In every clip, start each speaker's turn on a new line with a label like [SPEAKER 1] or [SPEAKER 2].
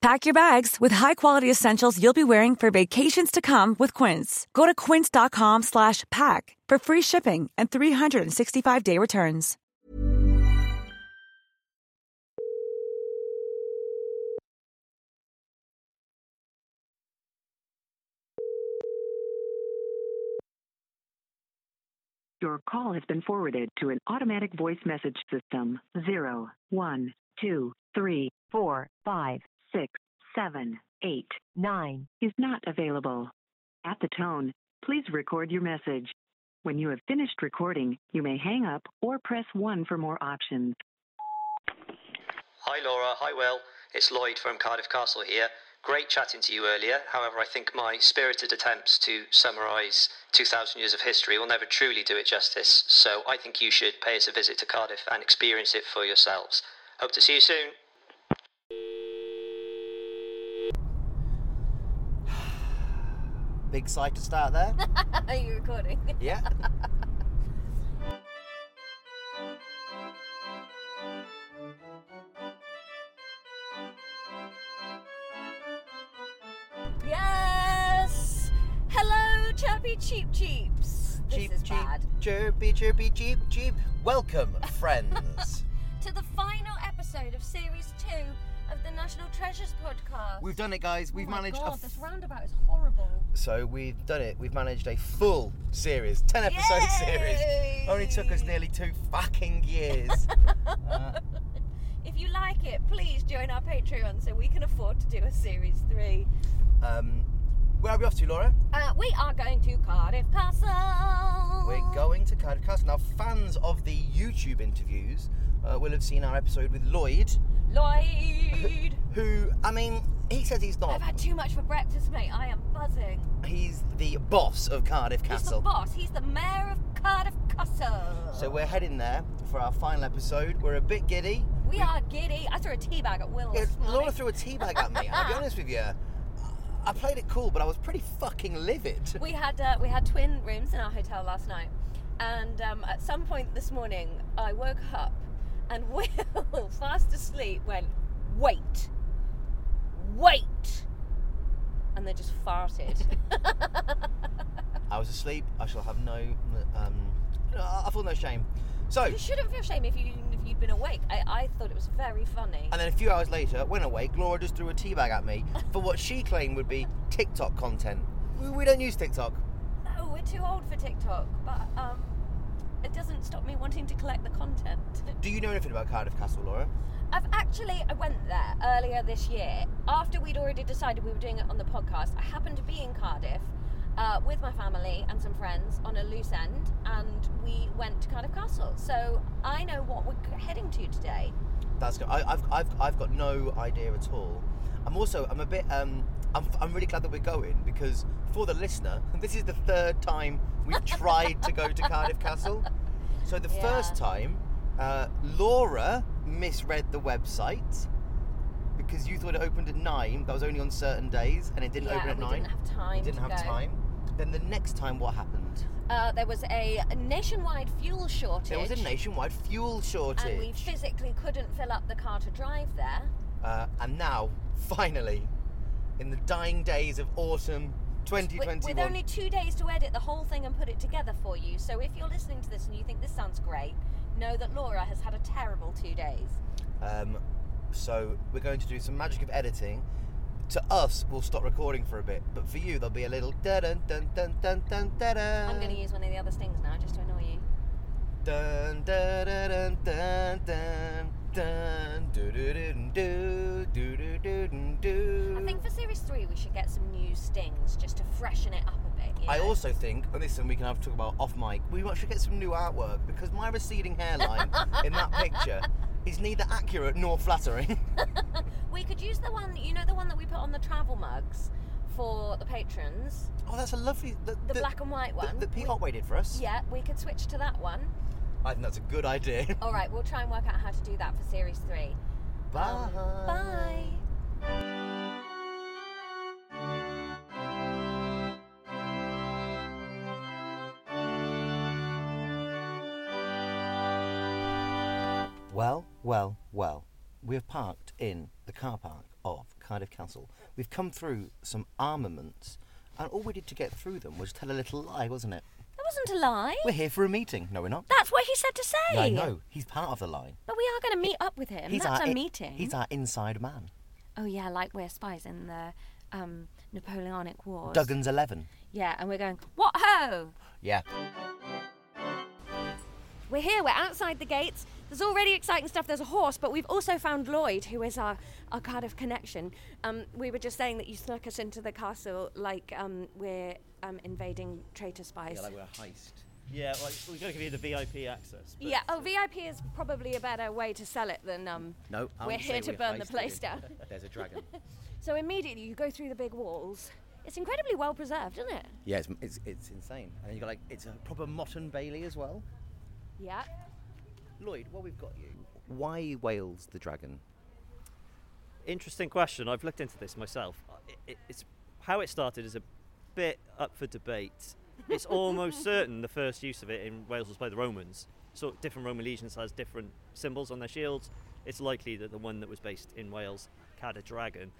[SPEAKER 1] Pack your bags with high-quality essentials you'll be wearing for vacations to come with Quince. Go to quince.com slash pack for free shipping and 365-day returns.
[SPEAKER 2] Your call has been forwarded to an automatic voice message system. Zero, one, two, three, four, five, six, seven, eight, nine is not available. At the tone, please record your message. When you have finished recording, you may hang up or press 1 for more options.
[SPEAKER 3] Hi Laura, hi Will. It's Lloyd from Cardiff Castle here. Great chatting to you earlier. However, I think my spirited attempts to summarise 2,000 years of history will never truly do it justice. So I think you should pay us a visit to Cardiff and experience it for yourselves. Hope to see you soon.
[SPEAKER 4] Big side to start there.
[SPEAKER 5] Are you recording?
[SPEAKER 4] yeah.
[SPEAKER 5] Yes! Hello, chirpy cheap cheeps. This
[SPEAKER 4] cheep,
[SPEAKER 5] is
[SPEAKER 4] cheep,
[SPEAKER 5] bad.
[SPEAKER 4] chirpy, chirpy, cheep, cheep. Welcome, friends.
[SPEAKER 5] To the final episode of series two of the National Treasures podcast.
[SPEAKER 4] we've done it, guys. We've
[SPEAKER 5] oh my
[SPEAKER 4] managed.
[SPEAKER 5] God,
[SPEAKER 4] a f-
[SPEAKER 5] this roundabout is horrible.
[SPEAKER 4] so we've done it. We've managed a full series, ten episode
[SPEAKER 5] Yay!
[SPEAKER 4] series. Only took us nearly two fucking years. Uh,
[SPEAKER 5] If you like it, please join our Patreon so we can afford to do a series three.
[SPEAKER 4] um, where are we off to, Laura?
[SPEAKER 5] Uh, we are going to Cardiff Castle.
[SPEAKER 4] We're going to Cardiff Castle. Now, fans of the YouTube interviews uh, will have seen our episode with Lloyd,
[SPEAKER 5] Lloyd.
[SPEAKER 4] who, I mean, he says he's not.
[SPEAKER 5] I've had too much for breakfast, mate. I am buzzing.
[SPEAKER 4] He's the boss of Cardiff
[SPEAKER 5] He's the
[SPEAKER 4] Castle.
[SPEAKER 5] boss. He's the mayor of Cardiff Castle.
[SPEAKER 4] So we're heading there for our final episode. We're a bit giddy.
[SPEAKER 5] We are giddy. I threw a teabag at Will's.
[SPEAKER 4] Yeah,
[SPEAKER 5] this morning.
[SPEAKER 4] Laura threw a teabag at me. and I'll be honest with you, I- I played it cool, but I was pretty fucking livid.
[SPEAKER 5] We had uh, we had twin rooms in our hotel last night, and um, at some point this morning I woke up, and Will, fast asleep, went, "Wait, wait," and they just farted.
[SPEAKER 4] I was asleep. I shall have no. Um, I I feel no shame. So,
[SPEAKER 5] you
[SPEAKER 4] and
[SPEAKER 5] shouldn't feel shame if you if you'd been awake. I, I thought it was very funny.
[SPEAKER 4] then a few hours later, when awake, Laura just threw a teabag at me for what she claimed would be TikTok content. We, we don't use TikTok.
[SPEAKER 5] No, we're too old for TikTok, but um, it doesn't stop me wanting to collect the content.
[SPEAKER 4] Do you know anything about Cardiff Castle, Laura?
[SPEAKER 5] I've actually I went there earlier this year after we'd already decided we were doing it on the podcast. I happened to be in Cardiff uh, with my family and some friends on a loose end, and we went to Cardiff Castle. So I know what we're heading to today.
[SPEAKER 4] That's good. I, I've, I've, I've got no idea at all. I'm also, I'm a bit, um, I'm, I'm really glad that we're going because for the listener, this is the third time we've tried to go to Cardiff Castle. So the
[SPEAKER 5] Yeah.
[SPEAKER 4] first time, uh, Laura misread the website because you thought it opened at nine. That was only on certain days and it didn't
[SPEAKER 5] yeah,
[SPEAKER 4] open at
[SPEAKER 5] and we
[SPEAKER 4] nine.
[SPEAKER 5] didn't have time.
[SPEAKER 4] It didn't
[SPEAKER 5] to
[SPEAKER 4] have
[SPEAKER 5] go.
[SPEAKER 4] time. Then the next time, what happened?
[SPEAKER 5] Uh, there was a nationwide fuel shortage.
[SPEAKER 4] There was a nationwide fuel shortage.
[SPEAKER 5] And we physically couldn't fill up the car to drive there.
[SPEAKER 4] Uh, and now, finally, in the dying days of autumn
[SPEAKER 5] With-
[SPEAKER 4] 2021,
[SPEAKER 5] With only two days to edit the whole thing and put it together for you. So if you're listening to this and you think this sounds great, know that Laura has had a terrible two days.
[SPEAKER 4] um, so we're going to do some magic of editing. To us, we'll stop recording for a bit, but for you, there'll be a little dun dun dun dun dun dun.
[SPEAKER 5] I'm going to use one of the other stings now just to annoy you.
[SPEAKER 4] Dun, dun, dun, dun, dun, dun, dun, do-do-do-do, do-do-do-do-do.
[SPEAKER 5] I think for series three we should get some new stings just to freshen it up a bit. you
[SPEAKER 4] I
[SPEAKER 5] know?
[SPEAKER 4] also think, and this and we can have to talk about off mic, we might should get some new artwork because my receding hairline in that picture is neither accurate nor flattering.
[SPEAKER 5] we could use the one you know the one that we put on the travel mugs for the patrons,
[SPEAKER 4] oh, that's a lovely. The,
[SPEAKER 5] the, black and white one.
[SPEAKER 4] That, that Pete
[SPEAKER 5] We-
[SPEAKER 4] Otway did for us.
[SPEAKER 5] Yeah, we could switch to that one.
[SPEAKER 4] I think that's a good idea.
[SPEAKER 5] All right, we'll try and work out how to do that for series three. Um,
[SPEAKER 4] Uh-huh.
[SPEAKER 5] bye.
[SPEAKER 4] Well, well, well. We have parked in the car park of Cardiff Castle. We've come through some armaments, and all we did to get through them was tell a little lie, wasn't it?
[SPEAKER 5] That wasn't a lie.
[SPEAKER 4] We're here for a meeting. No, we're not.
[SPEAKER 5] That's what he said to say.
[SPEAKER 4] Yeah, I know. He's part of the lie.
[SPEAKER 5] But we are going to meet up with him.
[SPEAKER 4] He's
[SPEAKER 5] That's
[SPEAKER 4] our
[SPEAKER 5] a
[SPEAKER 4] i-
[SPEAKER 5] meeting.
[SPEAKER 4] He's our inside man.
[SPEAKER 5] oh yeah, like we're spies in the um, Napoleonic Wars.
[SPEAKER 4] Duggan's 11.
[SPEAKER 5] Yeah, and we're going. What ho!
[SPEAKER 4] Yeah.
[SPEAKER 5] We're here, we're outside the gates. There's already exciting stuff. There's a horse, but we've also found Lloyd, who is our, our Cardiff connection. Um, we were just saying that you snuck us into the castle like um, we're um, invading traitor spies. Yeah,
[SPEAKER 4] we're a heist.
[SPEAKER 6] Yeah, like we've got to give you the VIP access. but-
[SPEAKER 5] oh, VIP is probably a better way to sell it than. Um,
[SPEAKER 4] No, I
[SPEAKER 5] We're
[SPEAKER 4] wouldn't say
[SPEAKER 5] here to
[SPEAKER 4] we're
[SPEAKER 5] burn the
[SPEAKER 4] heisted.
[SPEAKER 5] place down.
[SPEAKER 4] There's a dragon.
[SPEAKER 5] so immediately you go through the big walls. It's incredibly well preserved, isn't it?
[SPEAKER 4] yeah, it's, it's, it's insane. And then you got like, it's a proper Mott and Bailey as well.
[SPEAKER 5] Yeah.
[SPEAKER 4] Lloyd, what we've got you. Why Wales the dragon?
[SPEAKER 6] Interesting question. I've looked into this myself. It, it, it's how it started is a bit up for debate. It's almost certain the first use of it in Wales was by the Romans. So different Roman legions has different symbols on their shields. It's likely that the one that was based in Wales had a dragon.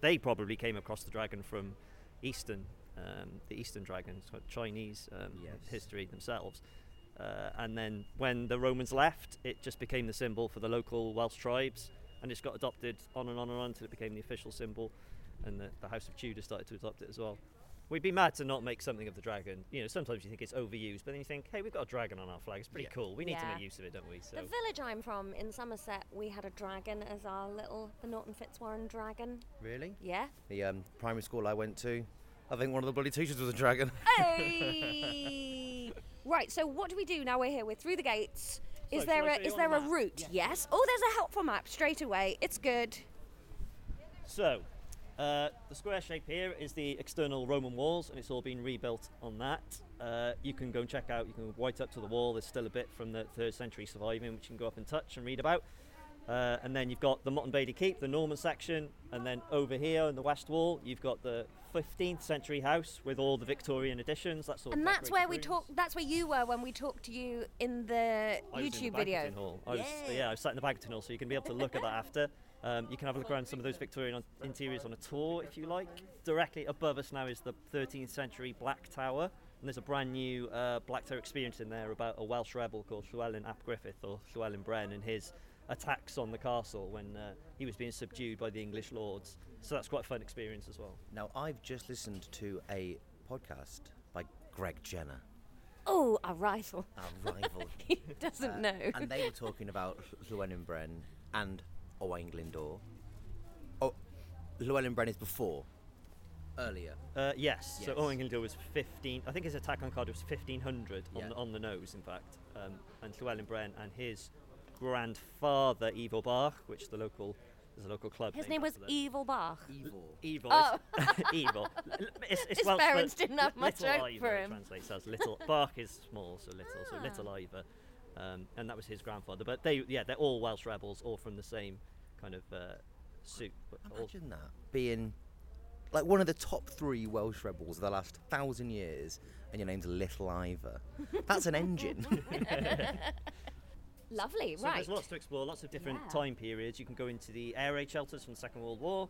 [SPEAKER 6] They probably came across the dragon from Eastern, um, the Eastern dragons, so Chinese um, history themselves. Uh, and then when the Romans left, it just became the symbol for the local Welsh tribes, and it's got adopted on and on and on until it became the official symbol, and the, the House of Tudor started to adopt it as well. We'd be mad to not make something of the dragon. You know, sometimes you think it's overused, but then you think, hey, we've got a dragon on our flag. It's pretty cool. We need to
[SPEAKER 5] Yeah.
[SPEAKER 6] make use of it, don't we? So
[SPEAKER 5] The village I'm from in Somerset, we had a dragon as our little, the Norton Fitzwarren dragon.
[SPEAKER 4] Really?
[SPEAKER 5] Yeah.
[SPEAKER 4] The um, primary school I went to, I think one of the bloody teachers was a dragon.
[SPEAKER 5] Hey! right, so what do we do now we're here? We're through the gates. Is
[SPEAKER 6] So,
[SPEAKER 5] there
[SPEAKER 6] shall I
[SPEAKER 5] a
[SPEAKER 6] show
[SPEAKER 5] is
[SPEAKER 6] you
[SPEAKER 5] there
[SPEAKER 6] on
[SPEAKER 5] a
[SPEAKER 6] the map?
[SPEAKER 5] route? Yes. Oh, there's a helpful map straight away. It's good.
[SPEAKER 6] So, uh, the square shape here is the external Roman walls, and it's all been rebuilt on that. Uh, you can go and check out, you can white up to the wall, there's still a bit from the third century surviving, which you can go up and touch and read about. Uh, and then you've got the Motton Bailey Keep, the Norman section, and then over here on the west wall, you've got the 15th century house with all the Victorian additions. That's all.
[SPEAKER 5] and that's where we
[SPEAKER 6] decorated
[SPEAKER 5] talk.
[SPEAKER 6] rooms.
[SPEAKER 5] That's where you were when we talked to you in the
[SPEAKER 6] I was in the
[SPEAKER 5] YouTube video.
[SPEAKER 6] Baggerton Hall. I was, yeah. I was sat in the Baggerton Hall, so you can be able to look at that after. Um, you can have a look around some of those Victorian on- interiors on a tour if you like. Directly above us now is the 13th century Black Tower, and there's a brand new uh, Black Tower experience in there about a Welsh rebel called Llewellyn Ap Griffith or Llewellyn Bren and his attacks on the castle when uh, he was being subdued by the English lords. So that's quite a fun experience as well.
[SPEAKER 4] Now, I've just listened to a podcast by Greg Jenner,
[SPEAKER 5] Oh, our rival.
[SPEAKER 4] our rival. Uh,
[SPEAKER 5] he doesn't know.
[SPEAKER 4] and they were talking about Llewellyn Bren and Owain Glyndor. Oh, Llewellyn Bren is before, earlier.
[SPEAKER 6] Uh, yes. So
[SPEAKER 4] Yes.
[SPEAKER 6] Owen Glyndwr was 15. I think his attack on Cardiff was 1500
[SPEAKER 4] Yeah.
[SPEAKER 6] on, the, on the nose, in fact. Um, and Llewellyn Bren and his grandfather Evil Bach, which the local there's a local club.
[SPEAKER 5] His
[SPEAKER 6] named
[SPEAKER 5] name was E-
[SPEAKER 6] after them.
[SPEAKER 5] Evil Bach.
[SPEAKER 4] Evil.
[SPEAKER 6] Evil. is- evil. L- It's, it's
[SPEAKER 5] His
[SPEAKER 6] Welsh for
[SPEAKER 5] parents didn't have
[SPEAKER 6] li-
[SPEAKER 5] much
[SPEAKER 6] little
[SPEAKER 5] hope
[SPEAKER 6] Ivor,
[SPEAKER 5] for
[SPEAKER 6] it
[SPEAKER 5] him. Ah.
[SPEAKER 6] Translates as little. Bark is small, so little. So little Ivor, um, and that was his grandfather. But they, yeah, they're all Welsh rebels, all from the same kind of uh, suit. but all-
[SPEAKER 4] Imagine that being like one of the top three Welsh rebels of the last thousand years, and your name's Little Ivor. That's an engine.
[SPEAKER 5] Lovely,
[SPEAKER 6] So
[SPEAKER 5] right?
[SPEAKER 6] there's lots to explore, lots of different
[SPEAKER 5] Yeah.
[SPEAKER 6] time periods. You can go into the air raid shelters from the Second World War.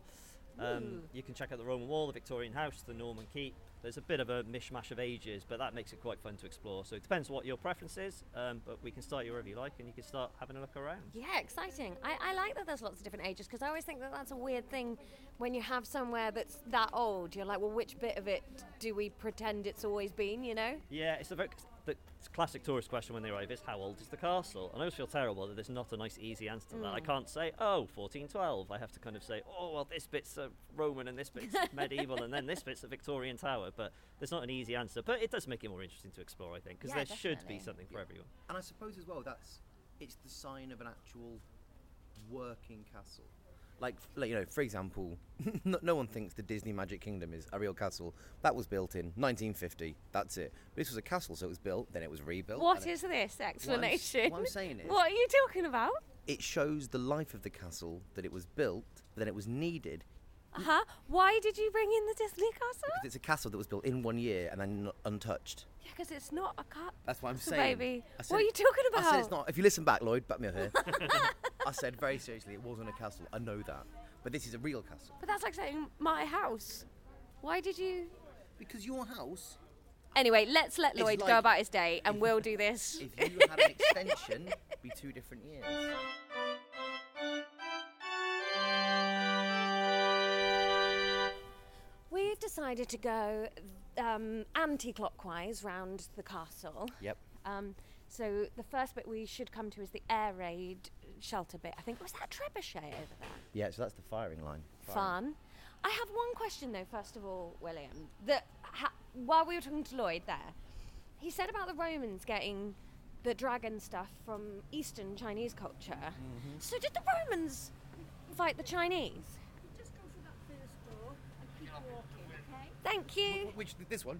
[SPEAKER 6] Um, you can check out the Roman Wall, the Victorian House, the Norman Keep. There's a bit of a mishmash of ages, but that makes it quite fun to explore. So it depends what your preference is, um, but we can start you wherever you like, and you can start having a look around.
[SPEAKER 5] Yeah, exciting. I, I like that there's lots of different ages because I always think that that's a weird thing when you have somewhere that's that old. You're like, well, which bit of it do we pretend it's always been, you know?
[SPEAKER 6] Yeah, it's a very, the classic tourist question when they arrive is how old is the castle? And I always feel terrible that there's not a nice, easy answer to that.
[SPEAKER 5] Mm.
[SPEAKER 6] I can't say, oh, 1412. I have to kind of say, oh, well, this bit's uh, Roman and this bit's medieval and then this bit's a Victorian tower. But there's not an easy answer. But it does make it more interesting to explore, I think, because
[SPEAKER 5] Yeah,
[SPEAKER 6] there should be
[SPEAKER 5] definitely.
[SPEAKER 6] something for everyone.
[SPEAKER 4] And I suppose as well that's it's the sign of an actual working castle. Like, f- like you know, for example, no, no one thinks the Disney Magic Kingdom is a real castle. That was built in 1950. That's it. This was a castle, so it was built, then it was rebuilt.
[SPEAKER 5] What
[SPEAKER 4] and it-
[SPEAKER 5] is this explanation?
[SPEAKER 4] what I'm saying is-
[SPEAKER 5] What are you talking about?
[SPEAKER 4] It shows the life of the castle that it was built, then it was needed.
[SPEAKER 5] Uh huh. Why did you bring in the Disney
[SPEAKER 4] Because
[SPEAKER 5] castle?
[SPEAKER 4] it's a castle that was built in one year and then n- untouched.
[SPEAKER 5] Yeah, because it's not a cat.
[SPEAKER 4] That's what I'm
[SPEAKER 5] castle,
[SPEAKER 4] saying.
[SPEAKER 5] Baby,
[SPEAKER 4] I said-
[SPEAKER 5] what are you talking
[SPEAKER 4] I
[SPEAKER 5] about?
[SPEAKER 4] said it's not. If you listen back, Lloyd, back me up here. I said very seriously, it wasn't a castle. I know that, but this is a real castle.
[SPEAKER 5] But that's like saying my house. Why did you?
[SPEAKER 4] Because your house,
[SPEAKER 5] Anyway, let's let
[SPEAKER 4] It's
[SPEAKER 5] Lloyd
[SPEAKER 4] like-
[SPEAKER 5] go about his day, and we'll do this.
[SPEAKER 4] if you had an extension, it'd be two different years.
[SPEAKER 5] We've decided to go um, anti-clockwise round the castle.
[SPEAKER 4] Yep.
[SPEAKER 5] Um, so the first bit we should come to is the air raid shelter bit. I think was that a trebuchet over there.
[SPEAKER 4] Yeah, so that's the firing line.
[SPEAKER 5] fun. I have one question though. First of all, William, that ha- while we were talking to Lloyd there, he said about the Romans getting the dragon stuff from Eastern Chinese culture.
[SPEAKER 4] Mm-hmm.
[SPEAKER 5] So did the Romans fight the Chinese?
[SPEAKER 7] Just go through that first door and keep walking, okay?
[SPEAKER 5] Thank you.
[SPEAKER 4] Which this one?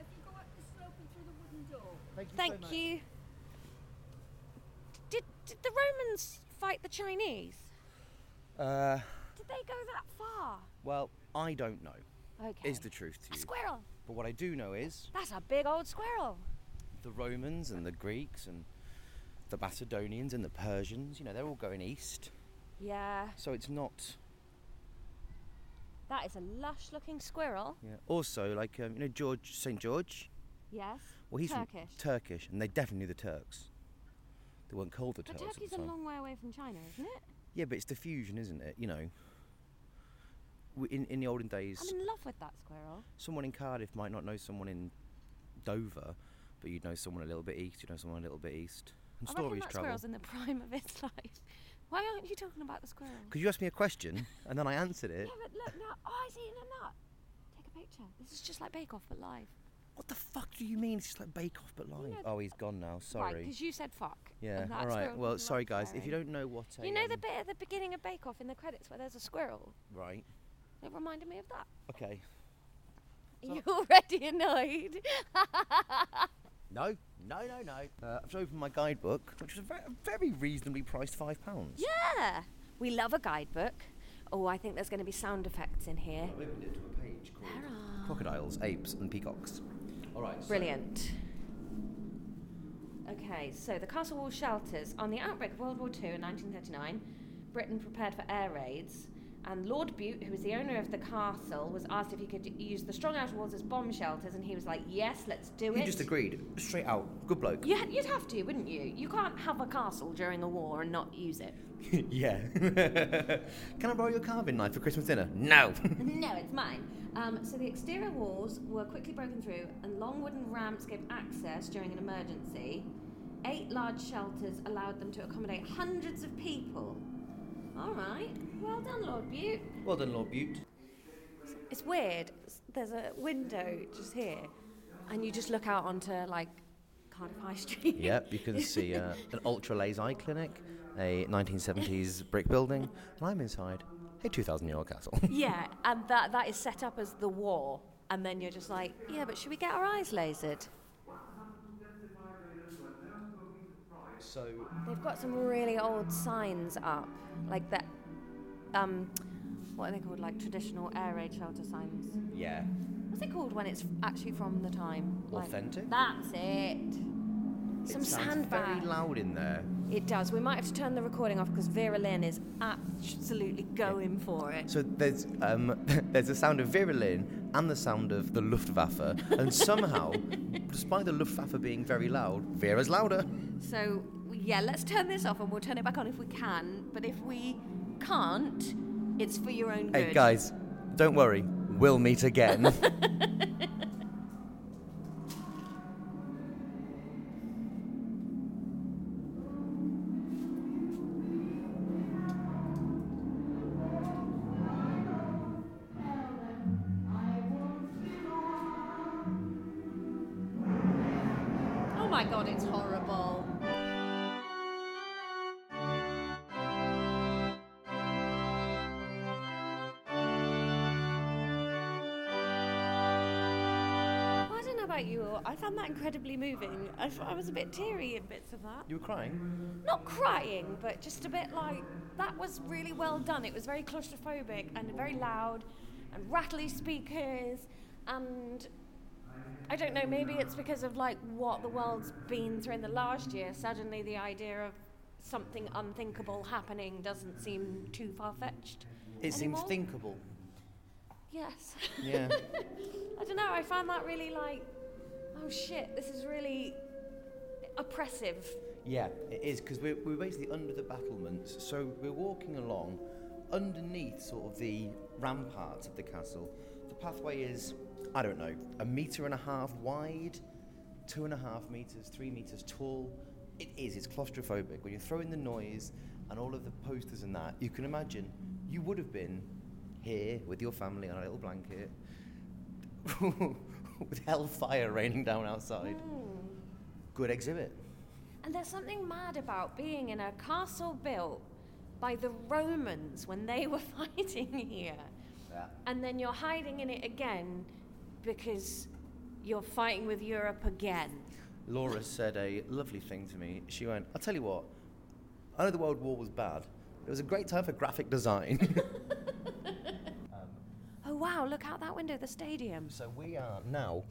[SPEAKER 7] If you go up the slope and through the wooden door,
[SPEAKER 4] Thank you.
[SPEAKER 5] Thank you. Did did the Romans fight the Chinese?
[SPEAKER 4] Uh,
[SPEAKER 5] Did they go that far?
[SPEAKER 4] well, I don't know.
[SPEAKER 5] Okay.
[SPEAKER 4] Is the truth to
[SPEAKER 5] a
[SPEAKER 4] you?
[SPEAKER 5] squirrel?
[SPEAKER 4] But what I do know is
[SPEAKER 5] That's a big old squirrel.
[SPEAKER 4] the Romans and the Greeks and the Macedonians and the Persians. You know, they're all going east,
[SPEAKER 5] Yeah,
[SPEAKER 4] so it's not
[SPEAKER 5] that is a lush-looking squirrel.
[SPEAKER 4] Yeah. Also, like um, you know, George Saint George.
[SPEAKER 5] Yes.
[SPEAKER 4] Well, he's from
[SPEAKER 5] Turkish.
[SPEAKER 4] Turkish, and they definitely knew the Turks. They weren't called the
[SPEAKER 5] But
[SPEAKER 4] Turks
[SPEAKER 5] Turkey's
[SPEAKER 4] at the
[SPEAKER 5] a
[SPEAKER 4] time.
[SPEAKER 5] long way away from China, isn't it?
[SPEAKER 4] Yeah, but it's diffusion, isn't it? You know, W- in in the olden days,
[SPEAKER 5] I'm in love with that squirrel.
[SPEAKER 4] someone in Cardiff might not know someone in Dover, but you'd know someone a little bit east. You'd know someone a little bit east. And
[SPEAKER 5] I reckon
[SPEAKER 4] stories
[SPEAKER 5] that
[SPEAKER 4] travel.
[SPEAKER 5] squirrel's in the prime of its life. Why aren't you talking about the squirrel?
[SPEAKER 4] Because you asked me a question, and then I answered
[SPEAKER 5] Yeah,
[SPEAKER 4] it.
[SPEAKER 5] but look now. Oh, he's eating a nut. Take a picture. This is just like Bake Off but live.
[SPEAKER 4] What the fuck do you mean? It's just like Bake Off, but live.
[SPEAKER 5] know-
[SPEAKER 4] oh, he's gone now.
[SPEAKER 5] Right,
[SPEAKER 4] Sorry.
[SPEAKER 5] because you said fuck.
[SPEAKER 4] yeah.
[SPEAKER 5] and that
[SPEAKER 4] All right.
[SPEAKER 5] squirrel
[SPEAKER 4] Well,
[SPEAKER 5] doesn't
[SPEAKER 4] sorry
[SPEAKER 5] like
[SPEAKER 4] guys. If you
[SPEAKER 5] swearing.
[SPEAKER 4] don't know what a
[SPEAKER 5] You know the
[SPEAKER 4] um,
[SPEAKER 5] bit at the beginning of Bake Off in the credits where there's a squirrel?
[SPEAKER 4] right?
[SPEAKER 5] It reminded me of that.
[SPEAKER 4] Okay.
[SPEAKER 5] You're already annoyed.
[SPEAKER 4] No, no, no, no. Uh, I've just opened my guidebook, which was a very, very reasonably priced five pounds. Yeah.
[SPEAKER 5] yeah. We love a guidebook. Oh, I think there's going to be sound effects in here.
[SPEAKER 4] I've opened it to a page called
[SPEAKER 8] Ah.
[SPEAKER 4] Crocodiles, Apes, and Peacocks. All right. so-
[SPEAKER 5] Brilliant. Okay, so the castle wall shelters. On the outbreak of World War II in 1939, Britain prepared for air raids, and Lord Bute, who was the owner of the castle, was asked if he could use the strong outer walls as bomb shelters, and he was like, "Yes, let's do
[SPEAKER 4] he
[SPEAKER 5] it."
[SPEAKER 4] just agreed straight out. Good bloke.
[SPEAKER 5] You, would have to, wouldn't you? You can't have a castle during a war and not use it.
[SPEAKER 4] yeah. Can I borrow your carving knife for Christmas dinner? No.
[SPEAKER 5] no, it's mine. Um, so the exterior walls were quickly broken through, and long wooden ramps gave access during an emergency. Eight large shelters allowed them to accommodate hundreds of people. All right, well done, Lord Bute.
[SPEAKER 4] well done, Lord Butte.
[SPEAKER 5] It's weird. s- There's a window just here, and you just look out onto like Cardiff High Street.
[SPEAKER 4] Yep, you can see uh, an ultra laser eye clinic, a 1970s brick building, and I'm inside a 2,000 year old castle.
[SPEAKER 5] yeah, and that that is set up as the war, and then you're just like, yeah, but should we get our eyes lasered?
[SPEAKER 4] so,
[SPEAKER 5] They've got some really old signs up, like that. Um, what are they called? Like traditional air raid shelter signs.
[SPEAKER 4] yeah.
[SPEAKER 5] What's it called when it's actually from the time? Like-
[SPEAKER 4] Authentic?
[SPEAKER 5] that's it. Some
[SPEAKER 4] it sounds
[SPEAKER 5] sandbag.
[SPEAKER 4] very loud in there.
[SPEAKER 5] it does. We might have to turn the recording off because Vera Lynn is absolutely going for it.
[SPEAKER 4] So there's um, there's the sound of Vera Lynn and the sound of the Luftwaffe, and somehow, despite the Luftwaffe being very loud, Vera's louder.
[SPEAKER 5] So yeah, let's turn this off and we'll turn it back on if we can. But if we can't, it's for your own good.
[SPEAKER 4] Hey guys, don't worry, we'll meet again.
[SPEAKER 7] Oh my god, it's horrible.
[SPEAKER 5] Well, I don't know about you all. I found that incredibly moving. I, f- I was a bit teary in bits of that.
[SPEAKER 4] You were crying.
[SPEAKER 5] Not crying, but just a bit like that was really well done. It was very claustrophobic and very loud and rattly speakers. And I don't know, maybe it's because of like what the world's been through in the last year. Suddenly the idea of something unthinkable happening doesn't seem too far fetched.
[SPEAKER 4] It seems
[SPEAKER 5] anymore.
[SPEAKER 4] thinkable.
[SPEAKER 5] Yes.
[SPEAKER 4] Yeah.
[SPEAKER 5] I don't know. I found that really like, oh shit, this is really oppressive.
[SPEAKER 4] Yeah, it is because we're, we're basically under the battlements, so we're walking along underneath sort of the ramparts of the castle. The pathway is, I don't know, a metre and a half wide, two and a half metres, three metres tall. It is, it's claustrophobic. When you throw in the noise and all of the posters and that, you can imagine you would have been here with your family on a little blanket with hellfire raining down outside. Good exhibit.
[SPEAKER 5] And there's something mad about being in a castle built by the Romans when they were fighting here. And then you're hiding in it again because you're fighting with Europe again.
[SPEAKER 4] Laura said a lovely thing to me. She went, I'll tell you what, I know the World War was bad, but it was a great time for graphic design.
[SPEAKER 5] Oh wow, look out that window, the stadium.
[SPEAKER 4] so we are now,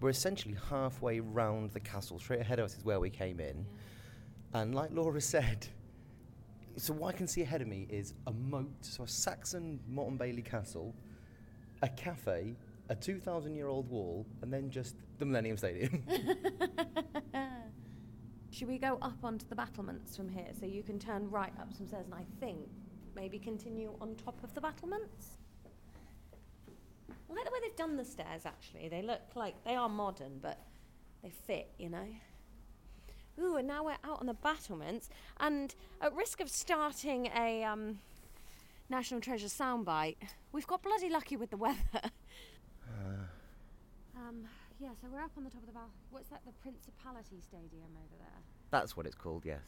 [SPEAKER 4] we're essentially halfway round the castle. Straight ahead of us is where we came in. And like Laura said, so what I can see ahead of me is a moat, so a Saxon Morton Bailey castle, a cafe, a 2,000 year old wall, and then just the Millennium Stadium.
[SPEAKER 5] Uh. Should we go up onto the battlements from here? So you can turn right up some stairs and I think maybe continue on top of the battlements? I like the way they've done the stairs actually. They look like they are modern, but they fit, you know? Ooh, and now we're out on the battlements and at risk of starting a um, National Treasure soundbite, we've got bloody lucky with the weather. Um, yeah, so we're up on the top of the bar. What's that? The Principality Stadium over there.
[SPEAKER 4] That's what it's called, yes.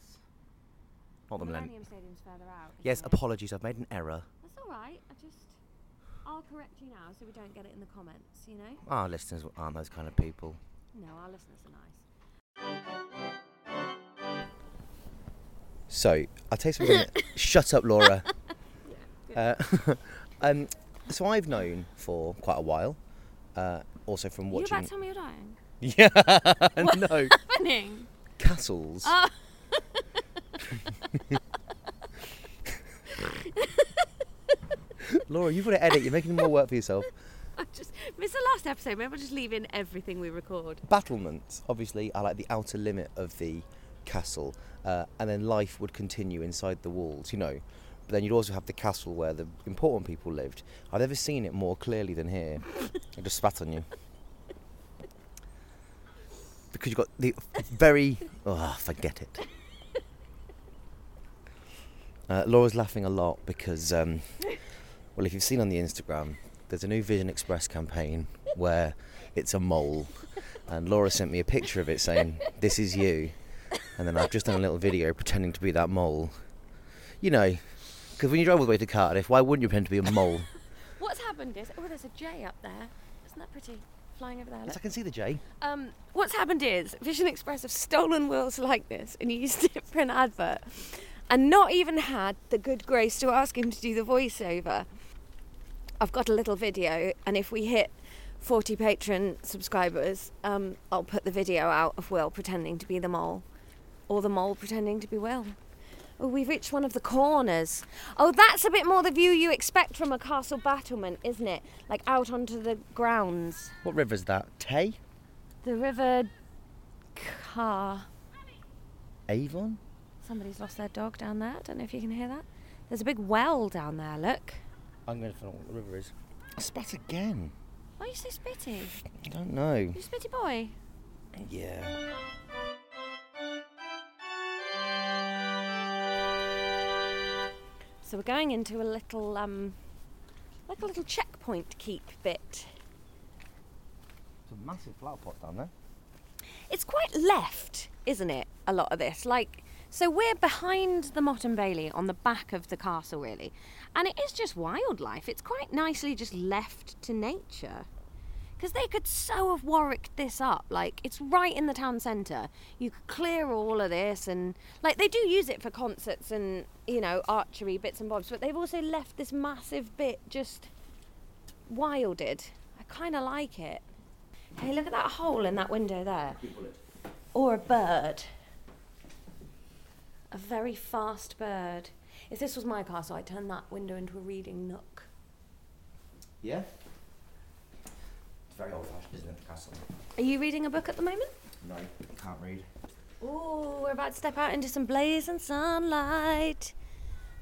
[SPEAKER 4] Not the Millennium.
[SPEAKER 5] Millennium Stadium's further out. isn't
[SPEAKER 4] Yes,
[SPEAKER 5] it?
[SPEAKER 4] apologies, I've made an error.
[SPEAKER 5] That's all right. I just, I'll correct you now so we don't get it in the comments. You know.
[SPEAKER 4] Our listeners aren't those kind of people.
[SPEAKER 5] No, our listeners are nice.
[SPEAKER 4] So I'll tell you something. Shut up, Laura. uh, um, so I've known for quite a while, uh, also from
[SPEAKER 5] You about
[SPEAKER 4] watching.
[SPEAKER 5] to tell me you're dying?
[SPEAKER 4] yeah, no
[SPEAKER 5] Happening.
[SPEAKER 4] castles.
[SPEAKER 5] Oh.
[SPEAKER 4] Laura, you've got to edit. You're making more work for yourself.
[SPEAKER 5] I just missed the last episode. Maybe I'll just leave in everything we record.
[SPEAKER 4] Battlements, obviously, are like the outer limit of the castle, uh, and then life would continue inside the walls. You know. But then you'd also have the castle where the important people lived. I've never seen it more clearly than here. I just spat on you. Because you've got the very. Oh, forget it. Uh, Laura's laughing a lot because, um, well, if you've seen on the Instagram, there's a new Vision Express campaign where it's a mole. And Laura sent me a picture of it saying, This is you. And then I've just done a little video pretending to be that mole. You know, because when you drive all the way to Cardiff, why wouldn't you pretend to be a mole?
[SPEAKER 5] What's happened is oh, there's a J up there. Isn't that pretty? Flying over there.
[SPEAKER 4] Yes, I
[SPEAKER 5] look.
[SPEAKER 4] can see the J.
[SPEAKER 5] Um, what's happened is Vision Express have stolen Will's likeness and used it for an advert, and not even had the good grace to ask him to do the voiceover. I've got a little video, and if we hit 40 patron subscribers, um, I'll put the video out of Will pretending to be the mole, or the mole pretending to be Will. Oh, we've reached one of the corners. Oh, that's a bit more the view you expect from a castle battlement, isn't it? Like out onto the grounds.
[SPEAKER 4] What river's that? Tay?
[SPEAKER 5] The river car.
[SPEAKER 4] Avon?
[SPEAKER 5] Somebody's lost their dog down there. I don't know if you can hear that. There's a big well down there, look.
[SPEAKER 4] I'm going to find out what the river is. I spat again.
[SPEAKER 5] Why are you so spitty?
[SPEAKER 4] I don't know.
[SPEAKER 5] You spitty boy.
[SPEAKER 4] Yeah.
[SPEAKER 5] So we're going into a little um like a little checkpoint keep bit.
[SPEAKER 4] It's a massive flower pot down there.
[SPEAKER 5] it's quite left, isn't it? A lot of this, like, so we're behind the Mott and Bailey on the back of the castle, really, and it is just wildlife. It's quite nicely just left to nature. Because they could so have warwicked this up. Like, it's right in the town centre. You could clear all of this, and like, they do use it for concerts and, you know, archery bits and bobs, but they've also left this massive bit just wilded. I kind of like it. Hey, look at that hole in that window there. Or a bird. A very fast bird. If this was my castle, I'd turn that window into a reading nook.
[SPEAKER 4] Yeah. It's very old fashioned, isn't it, the castle?
[SPEAKER 5] Are you reading a book at the moment?
[SPEAKER 4] No, I can't read.
[SPEAKER 5] Ooh, we're about to step out into some blazing sunlight.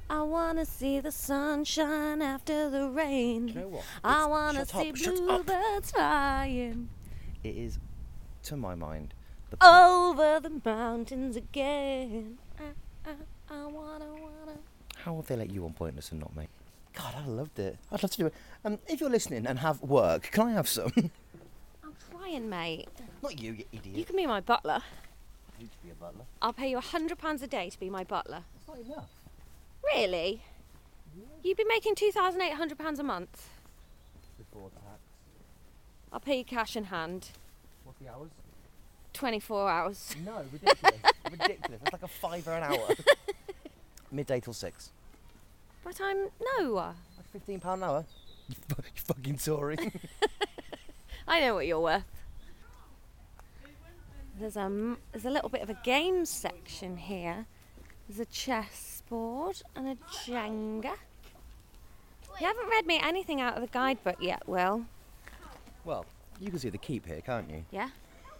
[SPEAKER 5] I wanna see the sunshine after the rain.
[SPEAKER 4] know what?
[SPEAKER 5] I
[SPEAKER 4] It's-
[SPEAKER 5] wanna
[SPEAKER 4] shut up,
[SPEAKER 5] see
[SPEAKER 4] shut up.
[SPEAKER 5] bluebirds flying
[SPEAKER 4] It is, to my mind, the
[SPEAKER 5] over the mountains again.
[SPEAKER 4] Uh,
[SPEAKER 5] I, I, I wanna, wanna.
[SPEAKER 4] How will they let you on pointless and not me? God, I loved it. I'd love to do it. Um, if you're listening and have work, can I have some?
[SPEAKER 5] I'm trying, mate.
[SPEAKER 4] not you, you idiot.
[SPEAKER 5] You can be my butler.
[SPEAKER 4] You could be a butler.
[SPEAKER 5] I'll pay you a hundred pounds a day to be my butler.
[SPEAKER 4] It's not enough.
[SPEAKER 5] Really? You'd be making two thousand eight hundred pounds a month.
[SPEAKER 4] Before that,
[SPEAKER 5] I'll pay you cash in hand.
[SPEAKER 4] what the hours?
[SPEAKER 5] Twenty-four hours.
[SPEAKER 4] No, ridiculous. ridiculous. It's like a fiver an hour. Midday till six.
[SPEAKER 5] But I'm no.
[SPEAKER 4] Like fifteen pound an hour. You, fu- you fucking Tory.
[SPEAKER 5] I know what you're worth. There's a m- there's a little bit of a game section here. There's a chessboard and a Jenga. You haven't read me anything out of the guidebook yet, Will.
[SPEAKER 4] well, you can see the keep here, can't you?
[SPEAKER 5] Yeah.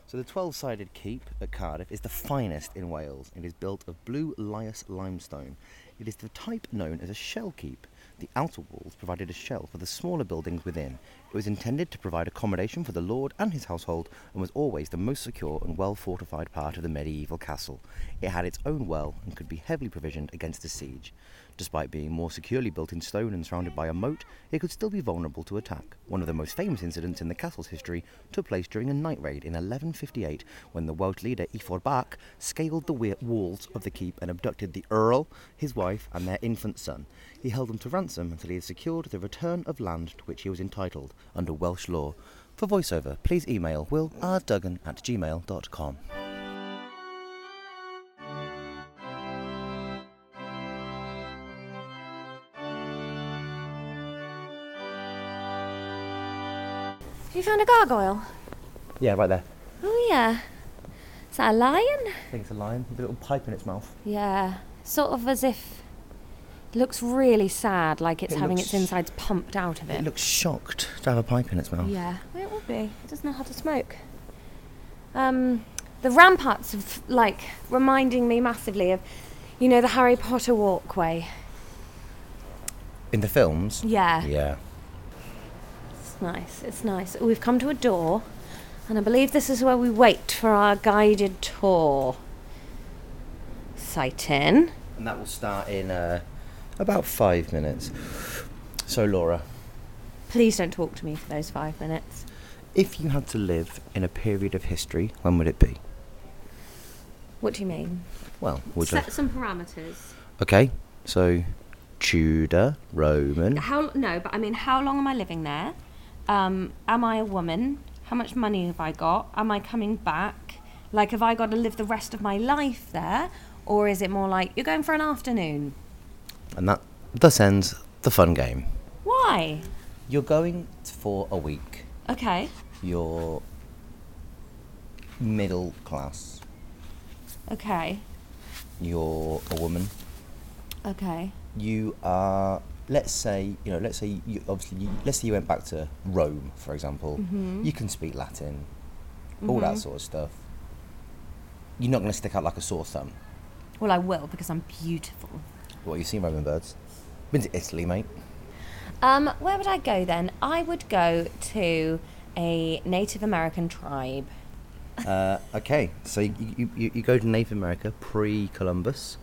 [SPEAKER 4] So the 12-sided keep at Cardiff is the finest in Wales. It is built of blue lias limestone. It is the type known as a shell keep. The outer walls provided a shell for the smaller buildings within. It was intended to provide accommodation for the lord and his household and was always the most secure and well fortified part of the medieval castle. It had its own well and could be heavily provisioned against a siege. Despite being more securely built in stone and surrounded by a moat, it could still be vulnerable to attack. One of the most famous incidents in the castle's history took place during a night raid in 1158 when the Welsh leader Ifor Bach scaled the we- walls of the keep and abducted the earl, his wife, and their infant son. He held them to ransom until he had secured the return of land to which he was entitled under Welsh law. For voiceover, please email willrduggan at gmail.com.
[SPEAKER 5] Have you found a gargoyle?
[SPEAKER 4] Yeah, right there.
[SPEAKER 5] Oh yeah. Is that a lion?
[SPEAKER 4] I think it's a lion with a little pipe in its mouth.
[SPEAKER 5] Yeah. Sort of as if. Looks really sad, like it's
[SPEAKER 4] It
[SPEAKER 5] having
[SPEAKER 4] looks-
[SPEAKER 5] its insides pumped out of
[SPEAKER 4] It looks shocked to have a pipe in its mouth.
[SPEAKER 5] Yeah, well, it would be. It doesn't know how to smoke. Um, the ramparts of like reminding me massively of, you know, the Harry Potter walkway.
[SPEAKER 4] In the films?
[SPEAKER 5] Yeah,
[SPEAKER 4] Yeah.
[SPEAKER 5] it's nice. It's nice. We've come to a door, and I believe this is where we wait for our guided tour. Sight in.
[SPEAKER 4] And that will start in uh, about five minutes. So, Laura,
[SPEAKER 5] Please don't talk to me for those five minutes.
[SPEAKER 4] if you had to live in a period of history, when would it be?
[SPEAKER 5] What do you mean?
[SPEAKER 4] Well, would you?
[SPEAKER 5] Set some parameters.
[SPEAKER 4] Okay, so Tudor, Roman.
[SPEAKER 5] How no, but I mean, how long am I living there? Um, am I a woman? How much money have I got? Am I coming back? Like, have I got to live the rest of my life there, or is it more like you're going for an afternoon?
[SPEAKER 4] And that thus ends the fun game.
[SPEAKER 5] Why?
[SPEAKER 4] You're going for a week.
[SPEAKER 5] Okay.
[SPEAKER 4] You're middle class.
[SPEAKER 5] Okay.
[SPEAKER 4] You're a woman.
[SPEAKER 5] Okay.
[SPEAKER 4] you are let's say you know let's say you obviously you, let's say you went back to rome for example you can speak latin all that sort of stuff you're not going to stick out like a sore thumb
[SPEAKER 5] Well, I will because I'm beautiful.
[SPEAKER 4] what you've seen roman birds been to italy mate
[SPEAKER 5] Um, where would I go then? I would go to a Native American tribe.
[SPEAKER 4] uh, okay so you, you, you, you go to native america pre-columbus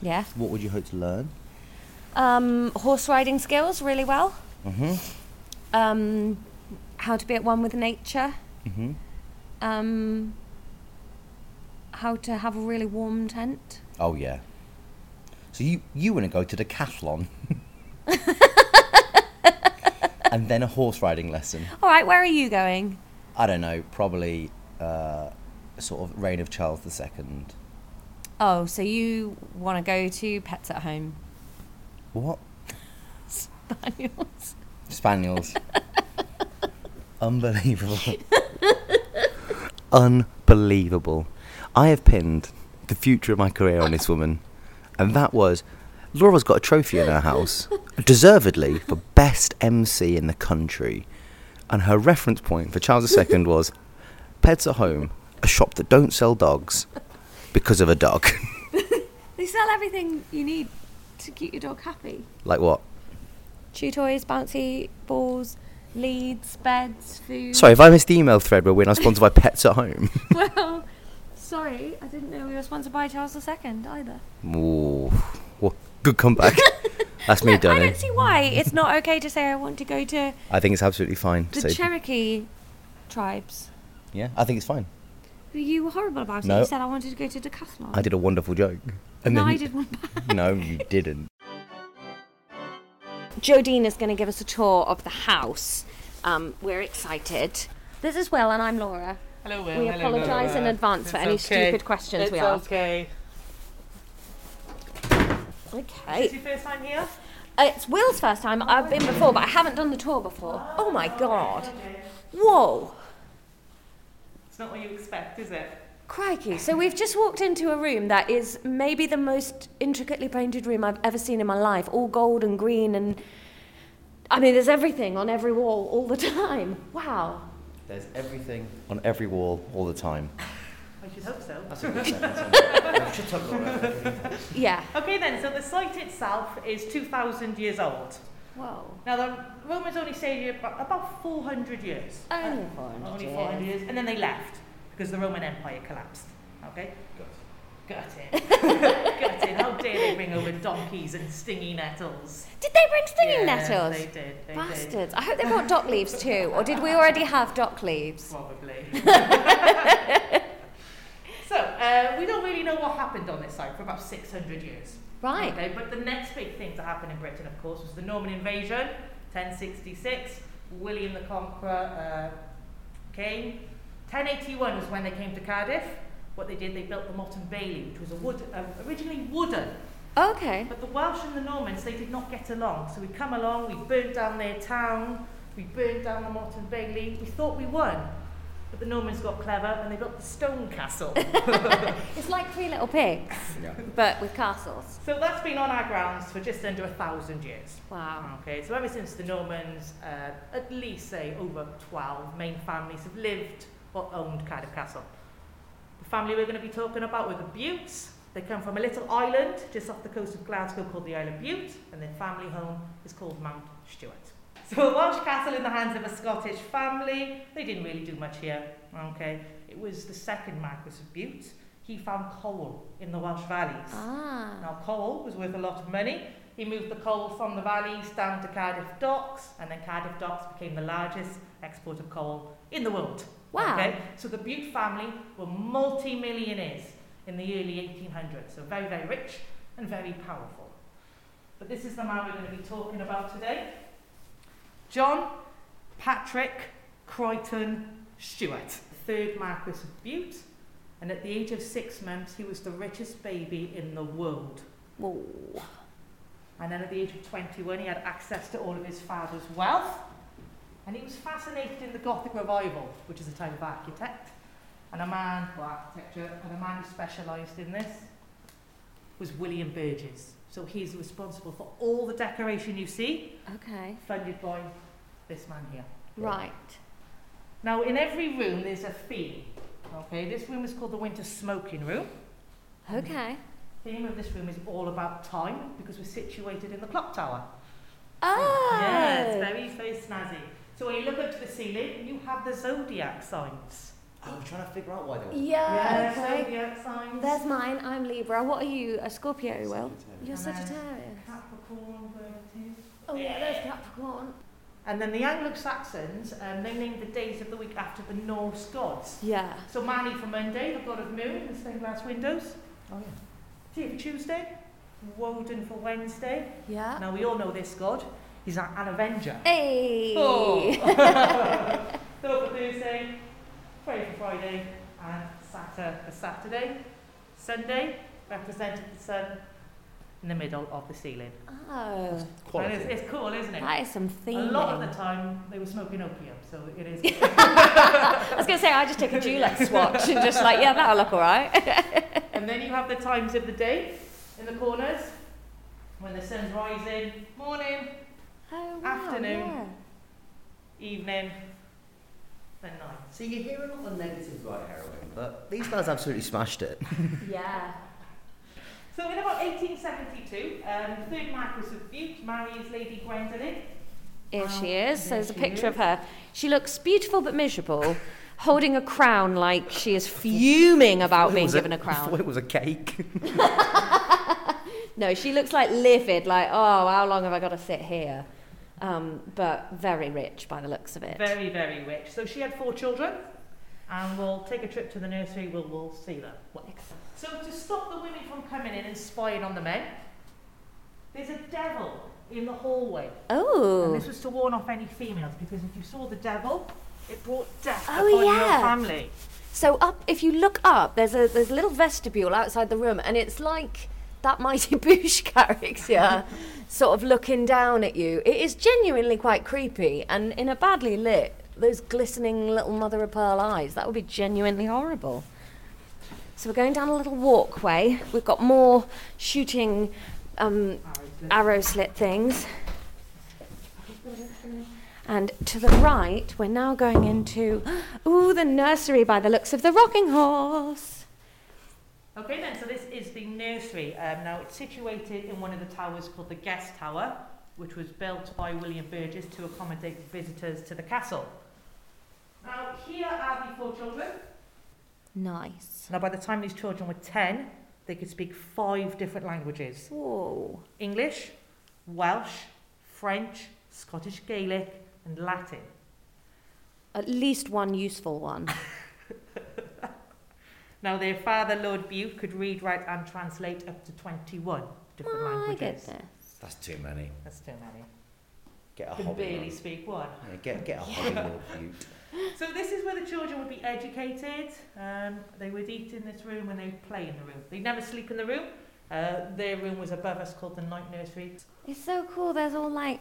[SPEAKER 5] Yeah.
[SPEAKER 4] what would you hope to learn
[SPEAKER 5] Um, horse riding skills really well.
[SPEAKER 4] mm-hmm. Mm-hmm.
[SPEAKER 5] um, how to be at one with nature. Um, how to have a really warm tent.
[SPEAKER 4] Oh yeah. So you you want to go to decathlon, and then a horse riding lesson.
[SPEAKER 5] All right, where are you going?
[SPEAKER 4] I don't know, probably uh, sort of reign of Charles II.
[SPEAKER 5] Oh, so you want to go to Pets at Home
[SPEAKER 4] What
[SPEAKER 5] Spaniels?
[SPEAKER 4] spaniels? Unbelievable. Unbelievable. I have pinned the future of my career on this woman, and that was Laura's got a trophy in her house, deservedly for best MC in the country. And her reference point for Charles II was Pets at Home, a shop that don't sell dogs because of a dog.
[SPEAKER 5] They sell everything you need to keep your dog happy.
[SPEAKER 4] like what?
[SPEAKER 5] Chew toys, bouncy balls, leads, beds, food.
[SPEAKER 4] Sorry, if I missed the email thread where we're not sponsored by Pets at Home.
[SPEAKER 5] Well, sorry, I didn't know we were sponsored by Charles II either.
[SPEAKER 4] Ooh, well, good comeback. That's me,
[SPEAKER 5] Look, I
[SPEAKER 4] Donny.
[SPEAKER 5] don't see why it's not okay to say I want to go to
[SPEAKER 4] I think it's absolutely fine.
[SPEAKER 5] the
[SPEAKER 4] so,
[SPEAKER 5] Cherokee tribes.
[SPEAKER 4] yeah, I think it's fine.
[SPEAKER 5] You were horrible about it.
[SPEAKER 4] No.
[SPEAKER 5] You said I wanted to go to Decathlon.
[SPEAKER 4] I did a wonderful joke. And
[SPEAKER 5] No,
[SPEAKER 4] then-
[SPEAKER 5] I did one back.
[SPEAKER 4] No, you didn't.
[SPEAKER 5] Jodine is going to give us a tour of the house. Um, we're excited. This is Will, and I'm Laura.
[SPEAKER 9] Hello, Will.
[SPEAKER 5] We
[SPEAKER 9] Hello,
[SPEAKER 5] apologise in
[SPEAKER 9] Laura.
[SPEAKER 5] advance for
[SPEAKER 9] It's
[SPEAKER 5] any
[SPEAKER 9] okay.
[SPEAKER 5] stupid questions
[SPEAKER 9] it's
[SPEAKER 5] we ask.
[SPEAKER 9] okay.
[SPEAKER 5] Okay.
[SPEAKER 9] your first time here?
[SPEAKER 5] Uh, It's Will's first time. I've been before, but I haven't done the tour before. Oh my god. Whoa.
[SPEAKER 9] It's not what you expect, is it?
[SPEAKER 5] Crikey. So we've just walked into a room that is maybe the most intricately painted room I've ever seen in my life. All gold and green and I mean there's everything on every wall all the time. Wow.
[SPEAKER 4] There's everything on every wall all the time.
[SPEAKER 9] I should hope so.
[SPEAKER 4] Shut up, Laura.
[SPEAKER 5] Yeah.
[SPEAKER 9] Okay then, so the site itself is 2,000 years old.
[SPEAKER 5] Whoa.
[SPEAKER 9] Now the Romans only stayed here about, about 400 years.
[SPEAKER 5] Only
[SPEAKER 9] Only
[SPEAKER 5] 400
[SPEAKER 9] 400
[SPEAKER 5] years.
[SPEAKER 9] years, and then they left because the Roman Empire collapsed. Okay? Gutted. Gutted. How dare they bring over donkeys and stinging nettles?
[SPEAKER 5] Did they bring stinging
[SPEAKER 9] Yeah,
[SPEAKER 5] nettles?
[SPEAKER 9] They did. They did.
[SPEAKER 5] Bastards. I hope they brought dock leaves too. Or did we already have dock leaves?
[SPEAKER 9] Probably. so, uh, we don't really know what happened on this site for about 600 years.
[SPEAKER 5] Right.
[SPEAKER 9] Okay, but the next big thing to happen in Britain, of course, was the Norman invasion, 1066. William the Conqueror uh, came. 1081 was when they came to Cardiff. What they did, they built the Motton Bailey, which was a wood, uh, originally wooden.
[SPEAKER 5] Okay.
[SPEAKER 9] But the Welsh and the Normans, they did not get along. So we come along, we burnt down their town, we burnt down the Morton Bailey. We thought we won. But the Normans got clever and they built the stone castle.
[SPEAKER 5] It's like Three Little Pigs, but with castles.
[SPEAKER 9] so that's been on our grounds for just under a thousand years.
[SPEAKER 5] Wow.
[SPEAKER 9] Okay, so ever since the Normans, uh, at least say over 12 main families have lived or owned Cardiff Castle. The family we're going to be talking about were the Buttes. They come from a little island just off the coast of Glasgow called the Isle of Bute, and their family home is called Mount Stewart. So a Welsh castle in the hands of a Scottish family. They didn't really do much here. Okay, it was the second Marquis of Bute. He found coal in the Welsh valleys.
[SPEAKER 5] Ah.
[SPEAKER 9] Now, coal was worth a lot of money. He moved the coal from the valleys down to Cardiff docks, and then Cardiff docks became the largest export of coal in the world.
[SPEAKER 5] Wow.
[SPEAKER 9] Okay? So the Butte family were multi millionaires in the early 1800s, so very, very rich and very powerful. But this is the man we're going to be talking about today John Patrick Crichton Stewart, third Marquis of Bute. And at the age of six months, he was the richest baby in the world.
[SPEAKER 5] Whoa.
[SPEAKER 9] And then at the age of 21, he had access to all of his father's wealth. And he was fascinated in the Gothic revival, which is a type of architect. And a man, well, architecture, and a man who specialised in this was William Burgess. So he's responsible for all the decoration you see,
[SPEAKER 5] Okay.
[SPEAKER 9] funded by this man here.
[SPEAKER 5] Right.
[SPEAKER 9] Now, in every room, there's a theme. Okay, this room is called the winter smoking room.
[SPEAKER 5] Okay.
[SPEAKER 9] theme of this room is all about time because we're situated in the clock tower.
[SPEAKER 5] Oh.
[SPEAKER 9] Yeah, it's very, very snazzy. So when you look up to the ceiling, you have the zodiac signs.
[SPEAKER 4] I was trying to figure out why they were.
[SPEAKER 5] Yeah, okay.
[SPEAKER 9] zodiac signs.
[SPEAKER 5] There's mine. I'm Libra. What are you? A Scorpio, Will? You're
[SPEAKER 9] And then
[SPEAKER 5] Sagittarius.
[SPEAKER 9] Capricorn, Virgo.
[SPEAKER 5] Oh, yeah, there's Capricorn.
[SPEAKER 9] And then the Anglo-Saxons, um, they named the days of the week after the Norse gods.
[SPEAKER 5] Yeah.
[SPEAKER 9] So Mani for Monday, the god of moon and stained glass windows.
[SPEAKER 4] Oh, yeah.
[SPEAKER 9] Tea for Tuesday, Woden for Wednesday.
[SPEAKER 5] Yeah.
[SPEAKER 9] Now we all know this god. He's an, an Avenger.
[SPEAKER 5] Hey.
[SPEAKER 9] Oh. Thought for Thursday, pray for Friday, and Saturday for Saturday. Sunday represented the sun in the middle of the ceiling.
[SPEAKER 5] Oh,
[SPEAKER 4] Quality.
[SPEAKER 9] And it's, it's cool, isn't it?
[SPEAKER 5] that is some
[SPEAKER 9] a
[SPEAKER 5] theming.
[SPEAKER 9] lot of the time they were smoking opium, so it is.
[SPEAKER 5] I was going to say, I just take a Julex swatch and just like, yeah, that'll look all right.
[SPEAKER 9] and then you have the times of the day in the corners when the sun's rising, morning,
[SPEAKER 5] Oh,
[SPEAKER 9] Afternoon. evening, then night.
[SPEAKER 4] So you're hearing all the negatives about heroin, but these guys absolutely smashed it.
[SPEAKER 5] Yeah. yeah.
[SPEAKER 9] So in about 1872, um, the third Marquis of Bute marries Lady Gwendolen.
[SPEAKER 5] Here
[SPEAKER 9] Wow.
[SPEAKER 5] she is.
[SPEAKER 9] There
[SPEAKER 5] There's a
[SPEAKER 9] she
[SPEAKER 5] picture of
[SPEAKER 9] is.
[SPEAKER 5] her. She looks beautiful but miserable, holding a crown like she is fuming about being given a crown.
[SPEAKER 4] it was a cake.
[SPEAKER 5] No, she looks like livid, like, oh, how long have I got to sit here? Um, but very rich by the looks of it.
[SPEAKER 9] Very, very rich. So she had four children, and we'll take a trip to the nursery. We'll, we'll see them. Well, So to stop the women from coming in and spying on the men, there's a devil in the hallway. And
[SPEAKER 5] oh,
[SPEAKER 9] this was to warn off any females because if you saw the devil, it brought death
[SPEAKER 5] Oh,
[SPEAKER 9] upon
[SPEAKER 5] yeah.
[SPEAKER 9] your family.
[SPEAKER 5] so up if you look up, there's a there's a little vestibule outside the room, and it's like that Mighty Boosh character sort of looking down at you. It is genuinely quite creepy, and in a badly lit, those glistening little mother of pearl eyes. That would be genuinely horrible. So we're going down a little walkway. We've got more shooting um, arrow slit things. And to the right, we're now going into, ooh, the nursery by the looks of the rocking horse.
[SPEAKER 9] Okay then, so this is the nursery. Um, now it's situated in one of the towers called the Guest Tower, which was built by William Burgess to accommodate visitors to the castle. Now here are the four children.
[SPEAKER 5] Nice.
[SPEAKER 9] Now by the time these children were 10, they could speak five different languages.
[SPEAKER 5] Whoa.
[SPEAKER 9] English, Welsh, French, Scottish Gaelic and Latin.
[SPEAKER 5] At least one useful one.
[SPEAKER 9] Now their father, Lord Bute, could read, write and translate up to 21 different
[SPEAKER 5] My
[SPEAKER 9] languages.
[SPEAKER 5] goodness.
[SPEAKER 4] That's too many.
[SPEAKER 9] That's too many.
[SPEAKER 4] Get a
[SPEAKER 9] Can
[SPEAKER 4] hobby.
[SPEAKER 9] barely
[SPEAKER 4] Lord.
[SPEAKER 9] speak one.
[SPEAKER 4] Yeah, get, get a hobby, Lord Butte.
[SPEAKER 9] So this is where the children would be educated. Um, they would eat in this room and they would play in the room. They never sleep in the room. Uh, their room was above us called the night nursery.
[SPEAKER 5] It's so cool. There's all like,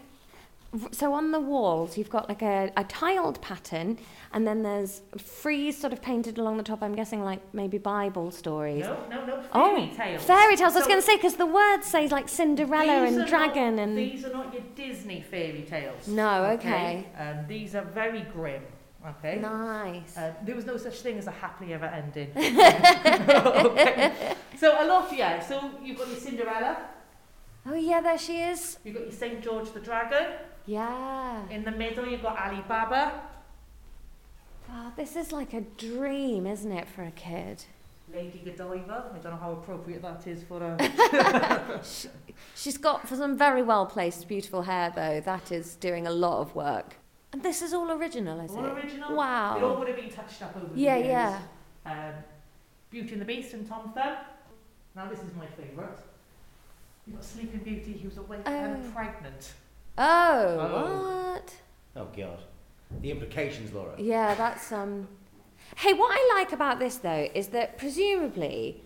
[SPEAKER 5] r- so on the walls you've got like a, a tiled pattern, and then there's frieze sort of painted along the top. I'm guessing like maybe Bible stories.
[SPEAKER 9] No, no, no, fairy
[SPEAKER 5] oh,
[SPEAKER 9] tales.
[SPEAKER 5] fairy tales. I was
[SPEAKER 9] So
[SPEAKER 5] going to say because the word says like
[SPEAKER 9] these
[SPEAKER 5] Cinderella
[SPEAKER 9] are
[SPEAKER 5] and
[SPEAKER 9] not-
[SPEAKER 5] dragon and.
[SPEAKER 9] These are not your Disney fairy tales.
[SPEAKER 5] No,
[SPEAKER 9] Um, these are very grim, okay?
[SPEAKER 5] Nice.
[SPEAKER 9] Uh, there was no such thing as a happily ever ending. okay. So a lot, yeah. So you've got your Cinderella,
[SPEAKER 5] oh yeah, there she is.
[SPEAKER 9] you've got your St. George the Dragon.
[SPEAKER 5] Yeah.
[SPEAKER 9] In the middle, you've got Alibaba.
[SPEAKER 5] Oh, this is like a dream, isn't it, for a kid?
[SPEAKER 9] Lady Godiva. I don't know how appropriate that is for a.
[SPEAKER 5] She's got for some very well placed, beautiful hair though. That is doing a lot of work. And this is all original, is
[SPEAKER 9] All
[SPEAKER 5] it?
[SPEAKER 9] original.
[SPEAKER 5] Wow.
[SPEAKER 9] It all would have been touched up over
[SPEAKER 5] Yeah,
[SPEAKER 9] the years.
[SPEAKER 5] yeah.
[SPEAKER 9] Um, Beauty and the Beast and Tom Thumb. Now this is my favourite. You've got Sleeping Beauty. He was awake
[SPEAKER 5] Oh.
[SPEAKER 9] and pregnant.
[SPEAKER 5] Oh,
[SPEAKER 4] Oh.
[SPEAKER 5] what?
[SPEAKER 4] Oh, God. The implications, Laura.
[SPEAKER 5] Yeah, that's um. Hey, what I like about this though is that presumably,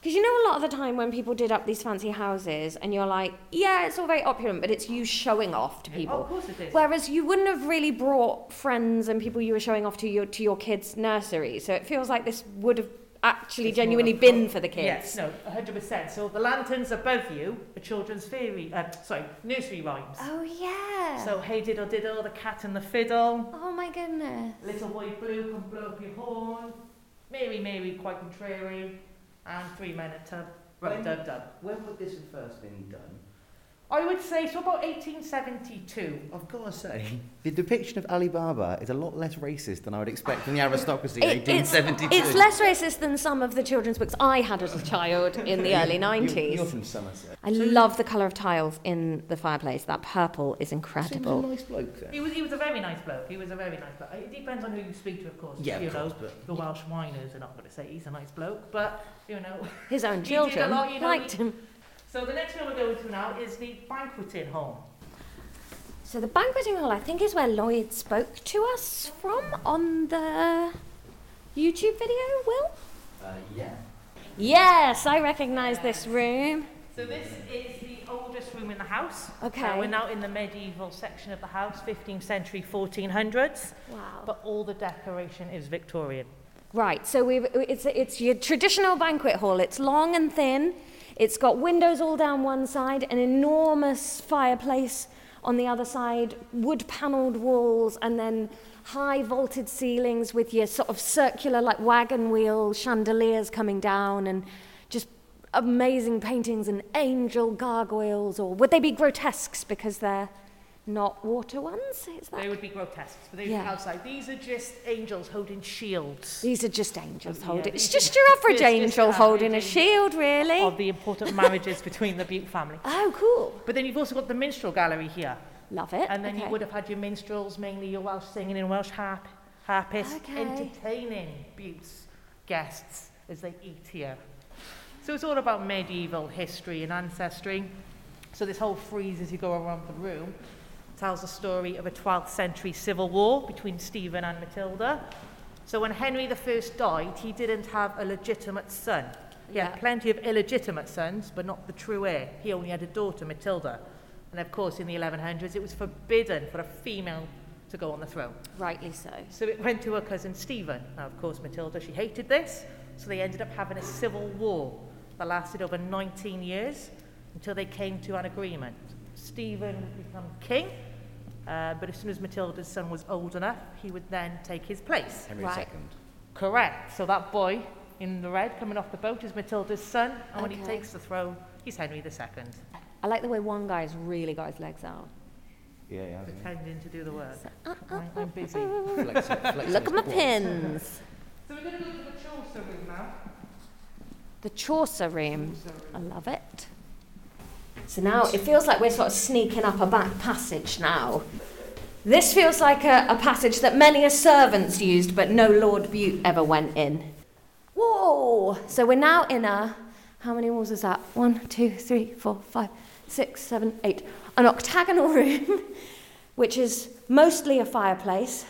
[SPEAKER 5] because you know, a lot of the time when people did up these fancy houses, and you're like, yeah, it's all very opulent, but it's you showing off to people.
[SPEAKER 9] Oh, of course it is.
[SPEAKER 5] Whereas you wouldn't have really brought friends and people you were showing off to your to your kids' nursery, so it feels like this would have actually
[SPEAKER 9] It's more
[SPEAKER 5] genuinely
[SPEAKER 9] of-
[SPEAKER 5] been for the kids.
[SPEAKER 9] Yes, no, 100%. So the lanterns above you are children's fairy, uh, sorry, nursery rhymes.
[SPEAKER 5] Oh yeah.
[SPEAKER 9] So Hey Diddle Diddle, The Cat and the Fiddle,
[SPEAKER 5] oh my goodness.
[SPEAKER 9] Little Boy Blue Can Blow Up Your Horn, Mary Mary Quite Contrary, and Three Men at Tub, Rub
[SPEAKER 4] When-
[SPEAKER 9] Dub Dub.
[SPEAKER 4] When would this have first been done?
[SPEAKER 9] I would say so about 1872.
[SPEAKER 4] I've got to say, the depiction of Alibaba is a lot less racist than I would expect from the aristocracy in
[SPEAKER 5] It- it's,
[SPEAKER 4] 1872.
[SPEAKER 5] it's less racist than some of the children's books I had as a child in the early 90s.
[SPEAKER 4] You're, you're from Somerset.
[SPEAKER 5] I love the colour of tiles in the fireplace. That purple is
[SPEAKER 4] Seems a
[SPEAKER 5] incredible.
[SPEAKER 4] nice bloke eh? then.
[SPEAKER 9] He was, he was a very nice bloke. He was a very nice bloke. It depends on who you speak to, of course.
[SPEAKER 4] Yeah, of
[SPEAKER 9] you
[SPEAKER 4] course,
[SPEAKER 9] know,
[SPEAKER 4] but-
[SPEAKER 9] the Welsh whiners are not going to say he's a nice bloke, but you know.
[SPEAKER 5] His
[SPEAKER 9] he
[SPEAKER 5] own
[SPEAKER 9] did a
[SPEAKER 5] children
[SPEAKER 9] lot, you know,
[SPEAKER 5] liked
[SPEAKER 9] he-
[SPEAKER 5] him.
[SPEAKER 9] So the next film we're going to now is the banqueting home.
[SPEAKER 5] So the banqueting hall, I think, is where Lloyd spoke to us from on the YouTube video, Will?
[SPEAKER 4] Uh, yeah.
[SPEAKER 5] Yes, I recognise this room.
[SPEAKER 9] So this is the oldest room in the house.
[SPEAKER 5] Okay.
[SPEAKER 9] Uh, we're now in the medieval section of the house, 15th century, 1400s.
[SPEAKER 5] Wow.
[SPEAKER 9] But all the decoration is Victorian.
[SPEAKER 5] Right, so we've, it's, it's your traditional banquet hall. It's long and thin. It's got windows all down one side, an enormous fireplace on the other side, wood panelled walls, and then high vaulted ceilings with your sort of circular, like wagon wheel chandeliers coming down, and just amazing paintings and angel gargoyles. Or would they be grotesques because they're not water ones? Is that?
[SPEAKER 9] They would be grotesque, but they would be
[SPEAKER 5] Yeah.
[SPEAKER 9] outside. These are just angels holding shields.
[SPEAKER 5] These are just angels
[SPEAKER 9] Yeah,
[SPEAKER 5] holding. It's
[SPEAKER 9] these-
[SPEAKER 5] just your average
[SPEAKER 9] it's just your
[SPEAKER 5] angel
[SPEAKER 9] average
[SPEAKER 5] holding a
[SPEAKER 9] angel.
[SPEAKER 5] shield, really.
[SPEAKER 9] of the important marriages between the Butte family.
[SPEAKER 5] Oh, cool.
[SPEAKER 9] But then you've also got the minstrel gallery here.
[SPEAKER 5] Love it.
[SPEAKER 9] And then
[SPEAKER 5] okay.
[SPEAKER 9] you would have had your minstrels, mainly your Welsh singing and Welsh harp, harpists,
[SPEAKER 5] Okay.
[SPEAKER 9] entertaining Butte's guests as they eat here. So it's all about medieval history and ancestry. So this whole frieze as you go around the room tells the story of a 12th century civil war between Stephen and Matilda. So when Henry I died, he didn't have a legitimate son. He
[SPEAKER 5] Yeah.
[SPEAKER 9] had plenty of illegitimate sons, but not the true heir. He only had a daughter, Matilda. And of course, in the 1100s, it was forbidden for a female to go on the throne.
[SPEAKER 5] Rightly so.
[SPEAKER 9] So it went to her cousin Stephen. Now, of course, Matilda, she hated this, so they ended up having a civil war that lasted over 19 years until they came to an agreement. Stephen would become king, uh, but as soon as Matilda's son was old enough, he would then take his place.
[SPEAKER 4] Henry
[SPEAKER 5] Right.
[SPEAKER 4] II.
[SPEAKER 9] Correct. So that boy in the red coming off the boat is Matilda's son, and when he
[SPEAKER 5] Okay.
[SPEAKER 9] takes the throne, he's Henry II,
[SPEAKER 5] I like the way one guy's really got his legs out. Uh,
[SPEAKER 4] Yeah, yeah.
[SPEAKER 9] pretending to do the work. I- I'm busy.
[SPEAKER 4] Flex it, flex
[SPEAKER 5] Look
[SPEAKER 4] it.
[SPEAKER 5] at my pins.
[SPEAKER 9] So we're going to go to the Chaucer room now.
[SPEAKER 5] The Chaucer room. I love it. So now it feels like we're sort of sneaking up a back passage now. This feels like a, a passage that many a servants used, but no Lord Bute ever went in. Whoa! So we're now in a. How many walls is that? One, two, three, four, five, six, seven, eight. An octagonal room, which is mostly a fireplace.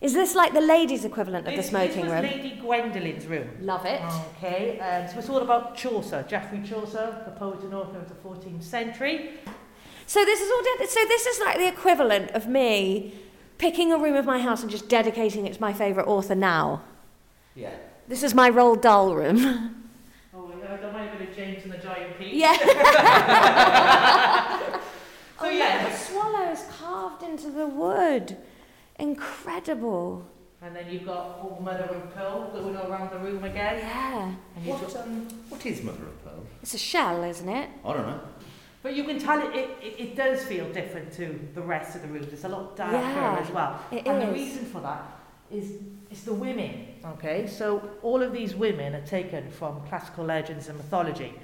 [SPEAKER 5] Is this like the ladies' equivalent of the smoking
[SPEAKER 9] this was
[SPEAKER 5] room?
[SPEAKER 9] Lady Gwendolyn's room.
[SPEAKER 5] Love it.
[SPEAKER 9] Okay, um, so it's all about Chaucer, Geoffrey Chaucer, the poet and author of the 14th century.
[SPEAKER 5] So this is all. De- so this is like the equivalent of me picking a room of my house and just dedicating it to my favourite author. Now,
[SPEAKER 4] Yeah.
[SPEAKER 5] this is my roll doll room.
[SPEAKER 9] Oh, yeah, that might have been a James and the Giant Peach.
[SPEAKER 5] yeah.
[SPEAKER 9] So
[SPEAKER 5] oh,
[SPEAKER 9] yeah.
[SPEAKER 5] Look, the swallows carved into the wood. Incredible.
[SPEAKER 9] And then you've got all Mother and Pearl going all around the room again.
[SPEAKER 5] Yeah.
[SPEAKER 9] And you've
[SPEAKER 4] What,
[SPEAKER 9] got-
[SPEAKER 4] um, what is Mother of Pearl?
[SPEAKER 5] It's a shell, isn't it?
[SPEAKER 4] I don't know.
[SPEAKER 9] but you can tell it, it, it, it does feel different to the rest of the rooms. It's a lot darker
[SPEAKER 5] Yeah,
[SPEAKER 9] as well.
[SPEAKER 5] it
[SPEAKER 9] and the
[SPEAKER 5] is.
[SPEAKER 9] reason for that is it's the women. Okay, so all of these women are taken from classical legends and mythology.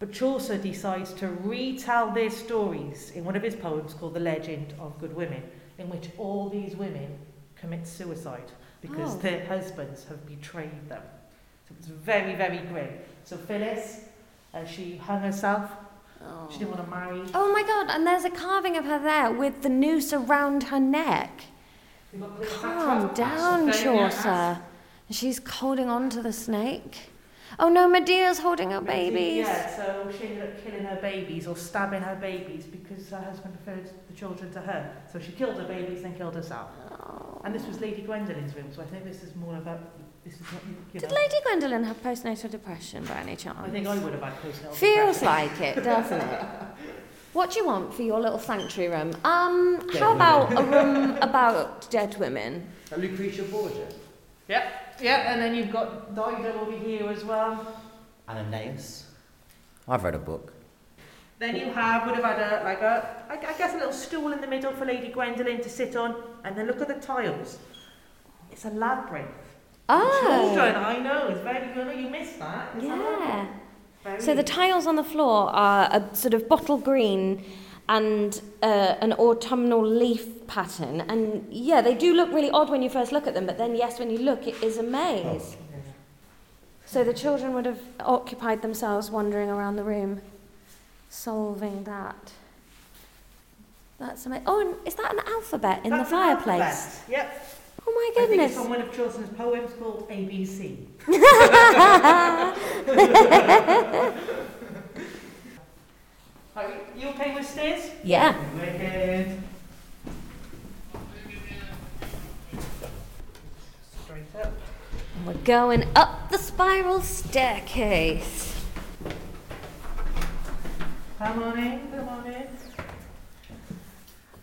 [SPEAKER 9] But Chaucer decides to retell their stories in one of his poems called The Legend of Good Women, in which all these women commit suicide because
[SPEAKER 5] Oh.
[SPEAKER 9] their husbands have betrayed them. So it's very, very grim. So Phyllis, uh, she hung herself. She didn't want to marry.
[SPEAKER 5] Oh my God! And there's a carving of her there with the noose around her neck.
[SPEAKER 9] We've got Cleopatra.
[SPEAKER 5] Calm down,
[SPEAKER 9] Failure.
[SPEAKER 5] Chaucer. She's holding on to the snake. Oh no, Medea's holding her babies.
[SPEAKER 9] Yeah, so she ended up killing her babies or stabbing her babies because her husband preferred the children to her. So she killed her babies and killed herself.
[SPEAKER 5] Oh.
[SPEAKER 9] And this was Lady Gwendolyn's room, so I think this is more about this is what you, you
[SPEAKER 5] Did
[SPEAKER 9] know.
[SPEAKER 5] Lady Gwendolyn have postnatal depression by any
[SPEAKER 9] I
[SPEAKER 5] chance?
[SPEAKER 9] think I would have had personal
[SPEAKER 5] Feels
[SPEAKER 9] depression.
[SPEAKER 5] like it, doesn't it? What do you want for your little sanctuary room? Um,
[SPEAKER 4] Dead
[SPEAKER 5] how
[SPEAKER 4] women.
[SPEAKER 5] about a room about dead women?
[SPEAKER 4] That Lucretia Borgia.
[SPEAKER 9] Yep, yep, and then you've got Dido over here as well.
[SPEAKER 4] Ananias. I've read a book.
[SPEAKER 9] Then you have would have had a like a I, I guess a little stool in the middle for Lady Gwendolen to sit on, and then look at the tiles. It's a labyrinth.
[SPEAKER 5] Oh.
[SPEAKER 9] Children, I know. It's very you know you miss that. It's a
[SPEAKER 5] Yeah.
[SPEAKER 9] labyrinth. Very
[SPEAKER 5] So the tiles on the floor are a sort of bottle green and uh, an autumnal leaf pattern. And yeah, they do look really odd when you first look at them, but then, yes, when you look, it is a maze.
[SPEAKER 9] Oh.
[SPEAKER 5] So the children would have occupied themselves wandering around the room, solving that. That's amazing. Oh, and is that an alphabet in
[SPEAKER 9] That's
[SPEAKER 5] the
[SPEAKER 9] an
[SPEAKER 5] fireplace?
[SPEAKER 9] alphabet. Yep.
[SPEAKER 5] Oh my
[SPEAKER 9] I think it's
[SPEAKER 5] goodness.
[SPEAKER 9] from one of Chaucer's poems called ABC. Are you, you okay with stairs?
[SPEAKER 5] Yeah.
[SPEAKER 9] Wicked. Straight up.
[SPEAKER 5] We're going up the spiral staircase.
[SPEAKER 9] Come on in, come on in.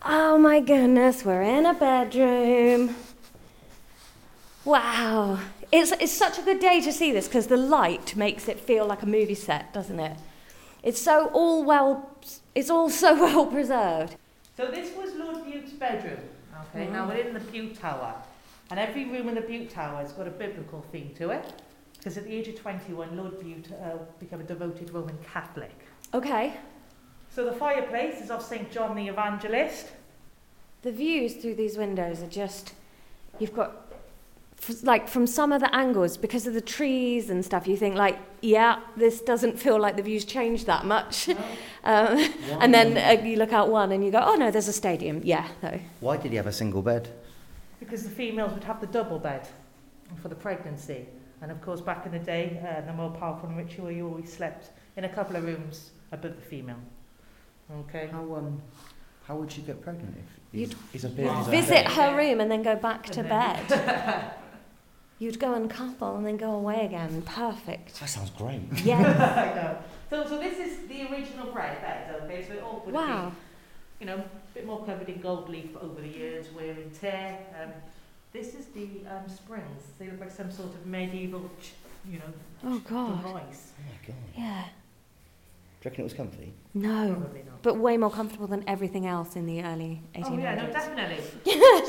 [SPEAKER 5] Oh my goodness, we're in a bedroom. Wow. It's, it's such a good day to see this because the light makes it feel like a movie set, doesn't it? It's so all well, it's all so well preserved.
[SPEAKER 9] So this was Lord Bute's bedroom. Mm-hmm. Okay, now we're in the Bute Tower. And every room in the Bute Tower has got a biblical theme to it. Because at the age of 21, Lord Bute uh, became a devoted Roman Catholic.
[SPEAKER 5] Okay.
[SPEAKER 9] So the fireplace is of St. John the Evangelist.
[SPEAKER 5] The views through these windows are just, you've got, f- like, from some of the angles, because of the trees and stuff, you think, like, yeah, this doesn't feel like the view's changed that much. Um, and then uh, you look out one and you go, oh no, there's a stadium. Yeah, though.
[SPEAKER 4] Why did he have a single bed?
[SPEAKER 9] Because the females would have the double bed for the pregnancy. And of course, back in the day, uh, the more powerful and ritual, you always slept in a couple of rooms above the female. Okay.
[SPEAKER 4] How um, how would she get pregnant if
[SPEAKER 5] You'd
[SPEAKER 4] he's, he's a beard?
[SPEAKER 5] Visit her room and then go back to
[SPEAKER 9] And
[SPEAKER 5] bed. You'd go and couple and then go away again. Perfect.
[SPEAKER 4] That sounds great.
[SPEAKER 5] Yeah.
[SPEAKER 9] I know. So, so this is the original bread bed, okay? So it all would
[SPEAKER 5] wow.
[SPEAKER 9] be, you know, a bit more covered in gold leaf over the years, wear and tear. Um, this is the um, springs. They look like some sort of medieval, ch- you know,
[SPEAKER 5] Oh, God.
[SPEAKER 4] Oh
[SPEAKER 9] device.
[SPEAKER 4] my god. Do you
[SPEAKER 5] Yeah.
[SPEAKER 4] reckon it was comfy?
[SPEAKER 5] No.
[SPEAKER 9] Probably not.
[SPEAKER 5] But way more comfortable than everything else in the early 1800s.
[SPEAKER 9] Oh yeah, no, definitely.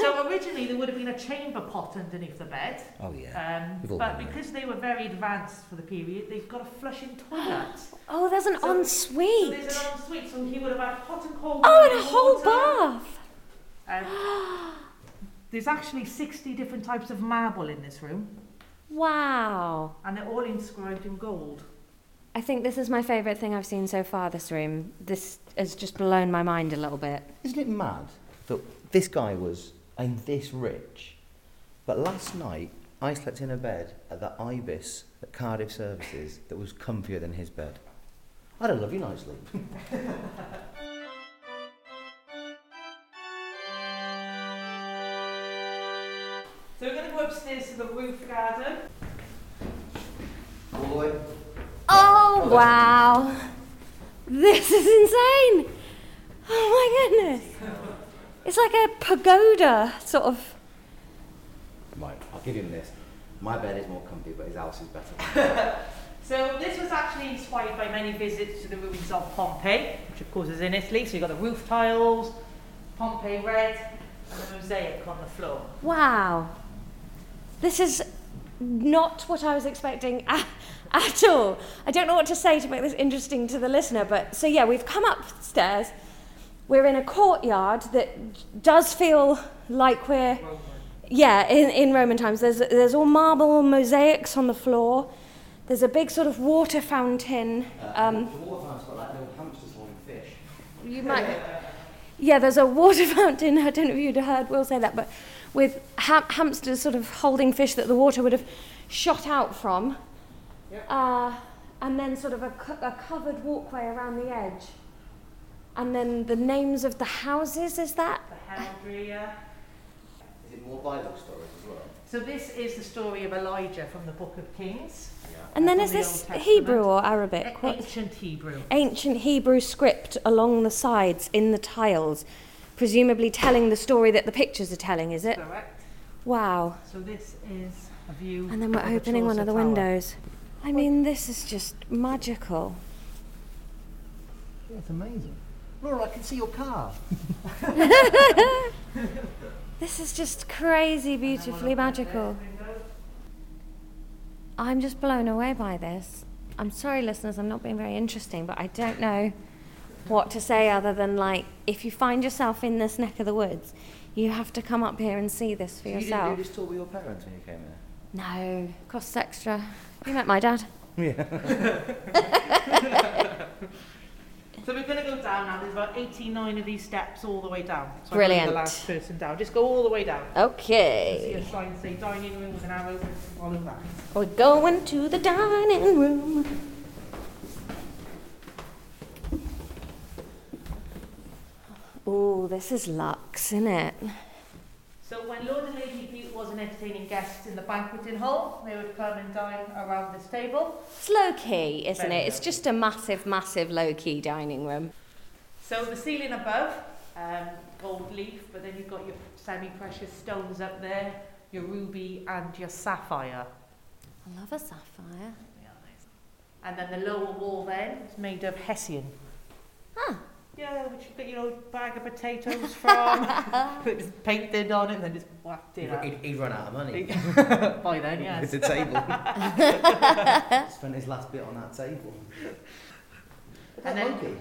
[SPEAKER 9] so originally there would have been a chamber pot underneath the bed.
[SPEAKER 4] Oh yeah.
[SPEAKER 9] Um,
[SPEAKER 4] We've all
[SPEAKER 9] but
[SPEAKER 4] been there.
[SPEAKER 9] because they were very advanced for the period, they've got a flushing toilet.
[SPEAKER 5] Oh, there's an
[SPEAKER 9] So- so
[SPEAKER 5] ensuite.
[SPEAKER 9] there's an ensuite, so he would have had hot and cold.
[SPEAKER 5] oh, and a
[SPEAKER 9] running
[SPEAKER 5] whole
[SPEAKER 9] water.
[SPEAKER 5] bath.
[SPEAKER 9] Um, there's actually 60 different types of marble in this room,
[SPEAKER 5] Wow.
[SPEAKER 9] and they're all inscribed in gold.
[SPEAKER 5] I think this is my favourite thing I've seen so far, this room. This has just blown my mind a little bit.
[SPEAKER 4] Isn't it mad that this guy was I'm this rich, but last night I slept in a bed at the Ibis at Cardiff Services that was comfier than his bed. I had a lovely night's sleep.
[SPEAKER 9] So we're going to go upstairs to the roof garden.
[SPEAKER 4] All the way.
[SPEAKER 5] Oh, wow. This is insane. Oh, my goodness. It's like a pagoda, sort of.
[SPEAKER 4] Right, I'll give him this. My bed is more comfy, but his house is better.
[SPEAKER 9] So this was actually inspired by many visits to the ruins of Pompeii, which of course is in Italy. So you've got the roof tiles, Pompeii red, and the mosaic on the floor.
[SPEAKER 5] Wow. This is not what I was expecting at, at all. I don't know what to say to make this interesting to the listener, but so yeah, we've come upstairs. We're in a courtyard that does feel like we're yeah, in, in Roman times. There's there's all marble mosaics on the floor. There's a big sort of water fountain. Um,
[SPEAKER 4] the water fountain's got like little hamsters holding fish.
[SPEAKER 5] you might. Yeah, there's a water fountain. I don't know if you'd heard Will say that, but with ha- hamsters sort of holding fish that the water would have shot out from. Uh, and then sort of a, co- a covered walkway around the edge. And then the names of the houses, is that?
[SPEAKER 9] The Heldria.
[SPEAKER 4] Is it more Bible stories as well?
[SPEAKER 9] So this is the story of Elijah from the Book of Kings.
[SPEAKER 5] And then
[SPEAKER 9] From
[SPEAKER 5] is
[SPEAKER 9] the
[SPEAKER 5] this
[SPEAKER 9] Old
[SPEAKER 5] Hebrew
[SPEAKER 9] Testament.
[SPEAKER 5] or Arabic?
[SPEAKER 9] A-
[SPEAKER 5] What?
[SPEAKER 9] Ancient Hebrew.
[SPEAKER 5] Ancient Hebrew script along the sides in the tiles, presumably telling the story that the pictures are telling, is it?
[SPEAKER 9] Correct.
[SPEAKER 5] Wow.
[SPEAKER 9] So this is a view.
[SPEAKER 5] And then we're
[SPEAKER 9] of the
[SPEAKER 5] opening one
[SPEAKER 9] Chaucer
[SPEAKER 5] of the
[SPEAKER 9] Tower.
[SPEAKER 5] windows. I mean, this is just magical.
[SPEAKER 9] It's
[SPEAKER 4] That's amazing. Laura, I can see your car.
[SPEAKER 5] This is just crazy, beautifully magical. I'm just blown away by this. I'm sorry, listeners, I'm not being very interesting, but I don't know what to say other than like, if you find yourself in this neck of the woods, you have to come up here and see this for
[SPEAKER 4] you
[SPEAKER 5] yourself.
[SPEAKER 4] didn't do this tour with your parents when you came here?
[SPEAKER 5] No, costs extra. You met my dad.
[SPEAKER 4] Yeah.
[SPEAKER 9] So we're going to go down now. There's about 89 of these steps all the way down. So I'm gonna be
[SPEAKER 5] Brilliant.
[SPEAKER 9] the last person down. Just go all the way down.
[SPEAKER 5] Okay.
[SPEAKER 9] You see a sign say dining room with an arrow. Follow that.
[SPEAKER 5] We're going to the dining room. Oh, this is luxe, isn't it?
[SPEAKER 9] So when Lord and Lady Butte was an entertaining guest in the banqueting hall, they would come and dine around this table.
[SPEAKER 5] It's low key, isn't
[SPEAKER 9] Very
[SPEAKER 5] it? It's
[SPEAKER 9] low
[SPEAKER 5] just a massive, massive low key dining room.
[SPEAKER 9] So the ceiling above, um, gold leaf, but then you've got your semi-precious stones up there, your ruby and your sapphire.
[SPEAKER 5] I love a sapphire.
[SPEAKER 9] And then the lower wall then is made of hessian. Yeah, which you get your old bag of potatoes from. it was painted on it and then just whacked it up.
[SPEAKER 4] He'd, he'd run out of money.
[SPEAKER 9] By then, yes.
[SPEAKER 4] It's a table. Spent his last bit on that table.
[SPEAKER 9] And then-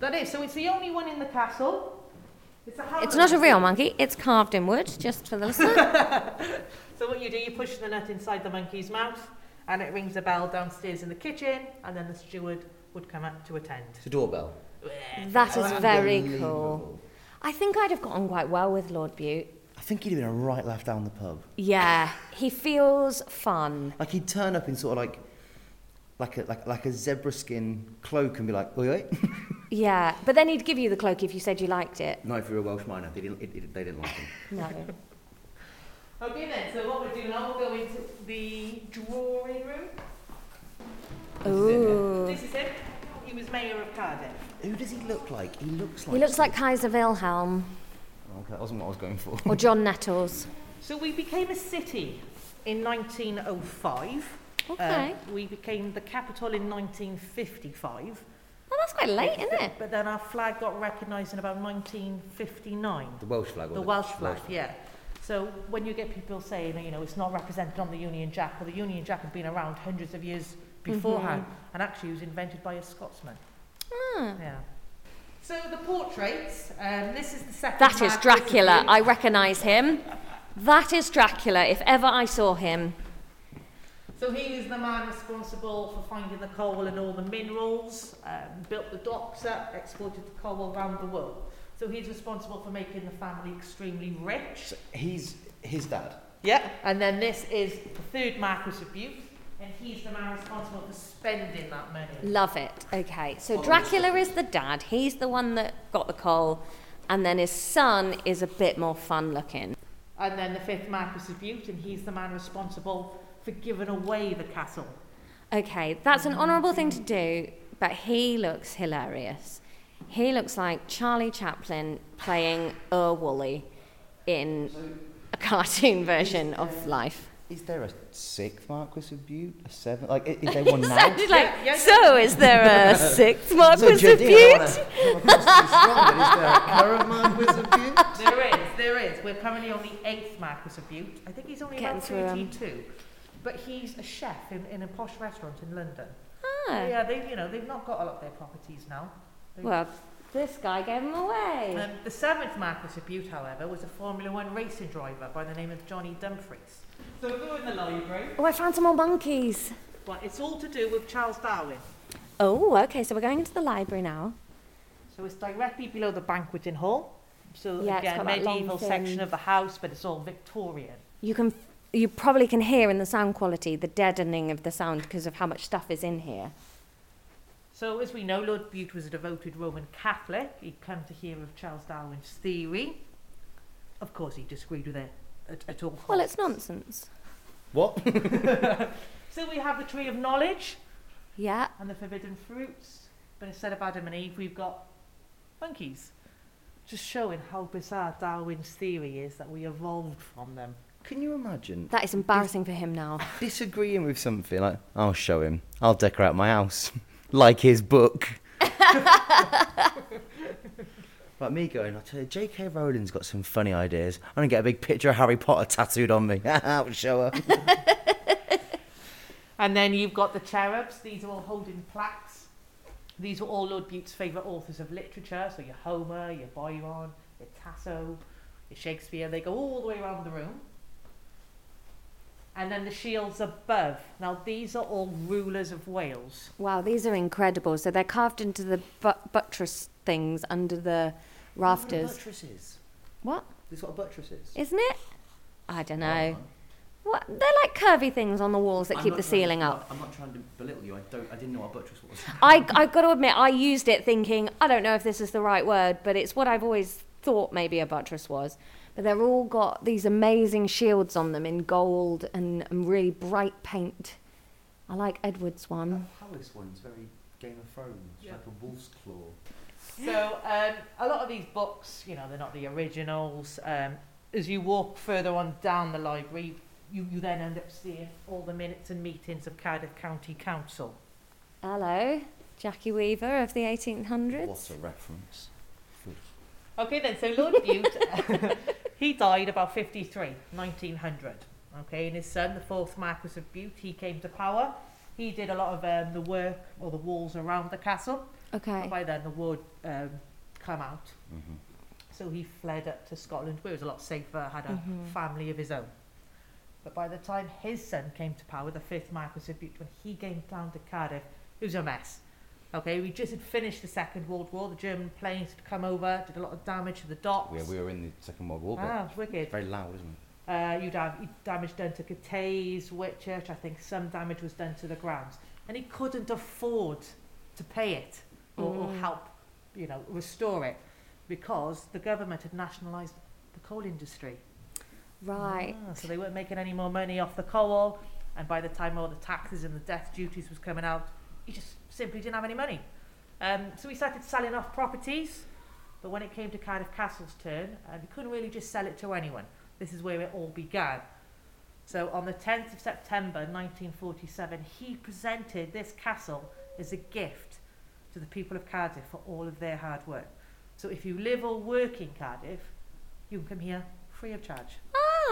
[SPEAKER 9] that is, so it's the only one in the castle. It's a
[SPEAKER 5] It's
[SPEAKER 9] hammer.
[SPEAKER 5] not a real monkey, it's carved in wood, just for the listener.
[SPEAKER 9] So what you do, you push the nut inside the monkey's mouth and it rings a bell downstairs in the kitchen and then the steward would come up to attend.
[SPEAKER 4] It's a doorbell.
[SPEAKER 5] that is very cool. I think I'd have got on quite well with Lord Butte.
[SPEAKER 4] I think he'd have been a right laugh down the pub.
[SPEAKER 5] Yeah, he feels fun.
[SPEAKER 4] Like he'd turn up in sort of like, like a like, like a zebra skin cloak and be like, oi oi.
[SPEAKER 5] Yeah, but then he'd give you the cloak if you said you liked it.
[SPEAKER 4] Not if you're a Welsh miner. They didn't. It, it, they didn't like him.
[SPEAKER 5] No.
[SPEAKER 9] Okay then, so what we'll do now, we'll go into the drawing room.
[SPEAKER 5] Ooh.
[SPEAKER 9] This is him. He was mayor of Cardiff.
[SPEAKER 4] Who does he look like? He looks like.
[SPEAKER 5] He looks like Kaiser Wilhelm
[SPEAKER 4] Oh, Okay, that wasn't what I was going for.
[SPEAKER 5] or John Nettles.
[SPEAKER 9] So we became a city in 1905.
[SPEAKER 5] Okay.
[SPEAKER 9] Um, we became the capital in 1955.
[SPEAKER 5] Well, that's quite late, isn't it?
[SPEAKER 9] But then our flag got recognised in about 1959.
[SPEAKER 4] The Welsh flag.
[SPEAKER 9] The
[SPEAKER 4] wasn't it?
[SPEAKER 9] Welsh flag, yeah. So when you get people saying, you know, it's not represented on the Union Jack, well, the Union Jack had been around hundreds of years
[SPEAKER 5] Mm-hmm.
[SPEAKER 9] beforehand, and actually it was invented by a Scotsman.
[SPEAKER 5] Ah.
[SPEAKER 9] Yeah. So the portraits, um, this is the second
[SPEAKER 5] That is
[SPEAKER 9] man-
[SPEAKER 5] Dracula. I recognise him. That is Dracula, if ever I saw him.
[SPEAKER 9] So he is the man responsible for finding the coal and all the minerals, um, built the docks up, exported the coal around the world. So he's responsible for making the family extremely rich.
[SPEAKER 4] He's his dad.
[SPEAKER 9] Yeah. And then this is the third Marquis of Bute, and he's the man responsible for spending that money.
[SPEAKER 5] Love it. Okay, so Dracula is the dad. He's the one that got the coal. And then his son is a bit more fun looking.
[SPEAKER 9] And then the fifth Marquis of Bute, and he's the man responsible for giving away the castle.
[SPEAKER 5] Okay, that's an honourable thing to do, but he looks hilarious. He looks like Charlie Chaplin playing Ur Woolley in a cartoon version of life.
[SPEAKER 4] Is there a sixth Marquis of Butte? A seventh? Like, i- is there one now?
[SPEAKER 5] Sounded like, so is there a sixth Marquis of Butte?
[SPEAKER 9] There is, there is. We're currently on the eighth Marquis of Bute. I think he's only
[SPEAKER 5] Getting
[SPEAKER 9] about
[SPEAKER 5] through um, 'em.
[SPEAKER 9] 32. But he's a chef in, in a posh restaurant in London.
[SPEAKER 5] Ah.
[SPEAKER 9] Yeah, they you know they've not got a lot of their properties now. They-
[SPEAKER 5] Well, this guy gave him away.
[SPEAKER 9] um, the seventh Marquis of Bute, however, was a Formula One racing driver by the name of Johnny Dumfries. So if you're in the library,
[SPEAKER 5] Oh, I found some more monkeys.
[SPEAKER 9] well, it's all to do with Charles Darwin.
[SPEAKER 5] Oh, okay, so we're going into the library now.
[SPEAKER 9] So it's directly below the banqueting hall. So
[SPEAKER 5] Yeah, it's
[SPEAKER 9] again,
[SPEAKER 5] got that long
[SPEAKER 9] medieval section
[SPEAKER 5] thing.
[SPEAKER 9] of the house, but it's all Victorian.
[SPEAKER 5] You can, you probably can hear in the sound quality the deadening of the sound because of how much stuff is in here.
[SPEAKER 9] So, as we know, Lord Bute was a devoted Roman Catholic. He'd come to hear of Charles Darwin's theory. Of course, he disagreed with it at, at all.
[SPEAKER 5] Well, it's nonsense.
[SPEAKER 4] What?
[SPEAKER 9] So, we have the tree of knowledge
[SPEAKER 5] Yeah.
[SPEAKER 9] and the forbidden fruits, but instead of Adam and Eve, we've got monkeys. Just showing how bizarre Darwin's theory is that we evolved from them.
[SPEAKER 4] Can you imagine
[SPEAKER 5] That is embarrassing for him now.
[SPEAKER 4] disagreeing with something? Like, I'll show him. I'll decorate my house like his book. Like me going, I tell you, J.K. Rowling's got some funny ideas. I'm gonna get a big picture of Harry Potter tattooed on me. I'll show her.
[SPEAKER 9] And then you've got the cherubs. These are all holding plaques. These were all Lord Bute's favourite authors of literature. So your Homer, your Byron, your Tasso, your Shakespeare. They go all the way around the room. And then the shields above. Now these are all rulers of Wales.
[SPEAKER 5] Wow, these are incredible. So they're carved into the but- buttress things under the rafters.
[SPEAKER 4] buttresses.
[SPEAKER 5] What?
[SPEAKER 4] These sort of buttresses.
[SPEAKER 5] Isn't it? I don't know. What? They're like curvy things on the walls that
[SPEAKER 4] I'm
[SPEAKER 5] keep
[SPEAKER 4] not
[SPEAKER 5] the
[SPEAKER 4] trying to-
[SPEAKER 5] ceiling up.
[SPEAKER 4] I'm not trying to belittle you. I don't. I didn't know what a buttress was.
[SPEAKER 5] I, I've got to admit, I used it thinking, I don't know if this is the right word, but it's what I've always thought maybe a buttress was. But they're all got these amazing shields on them in gold and, and really bright paint. I like Edward's one.
[SPEAKER 4] Palace one's very Game of Thrones, like a wolf's claw.
[SPEAKER 9] So um, a lot of these books, you know, they're not the originals. Um, as you walk further on down the library, you, you then end up seeing all the minutes and meetings of Cardiff County Council.
[SPEAKER 5] Hello, Jackie Weaver of the 1800s.
[SPEAKER 4] What a reference.
[SPEAKER 9] Okay, then, so Lord Bute, he died about 53, 1900. Okay, and his son, the fourth Marquis of Bute, he came to power. He did a lot of um, the work or the walls around the castle.
[SPEAKER 5] Okay.
[SPEAKER 4] Ah,
[SPEAKER 9] But by then, the war um, came out.
[SPEAKER 4] Mhm.
[SPEAKER 9] So he fled up to Scotland, where it was a lot safer, had a
[SPEAKER 5] Mhm.
[SPEAKER 9] family of his own. But by the time his son came to power, the fifth Marquis of Bute, when he came down to Cardiff, it was a mess. Okay, we just had finished the Second World War. The German planes had come over, did a lot of damage to the docks.
[SPEAKER 4] Yeah, we were in the Second World War. but
[SPEAKER 9] Ah, wicked.
[SPEAKER 4] Very loud, isn't it?
[SPEAKER 9] Uh, you'd have you'd damage done to Cate's, Whitchurch. I think some damage was done to the grounds, and he couldn't afford to pay it or, or
[SPEAKER 5] Mm.
[SPEAKER 9] help, you know, restore it, because the government had nationalised the coal industry.
[SPEAKER 5] Right.
[SPEAKER 9] Ah, so they weren't making any more money off the coal, and by the time all the taxes and the death duties was coming out, he just simply didn't have any money. Um, so he started selling off properties, but when it came to Cardiff Castle's turn, um, he couldn't really just sell it to anyone. This is where it all began. So on the 10th of September 1947, he presented this castle as a gift to the people of Cardiff for all of their hard work. So if you live or work in Cardiff, you can come here free of charge.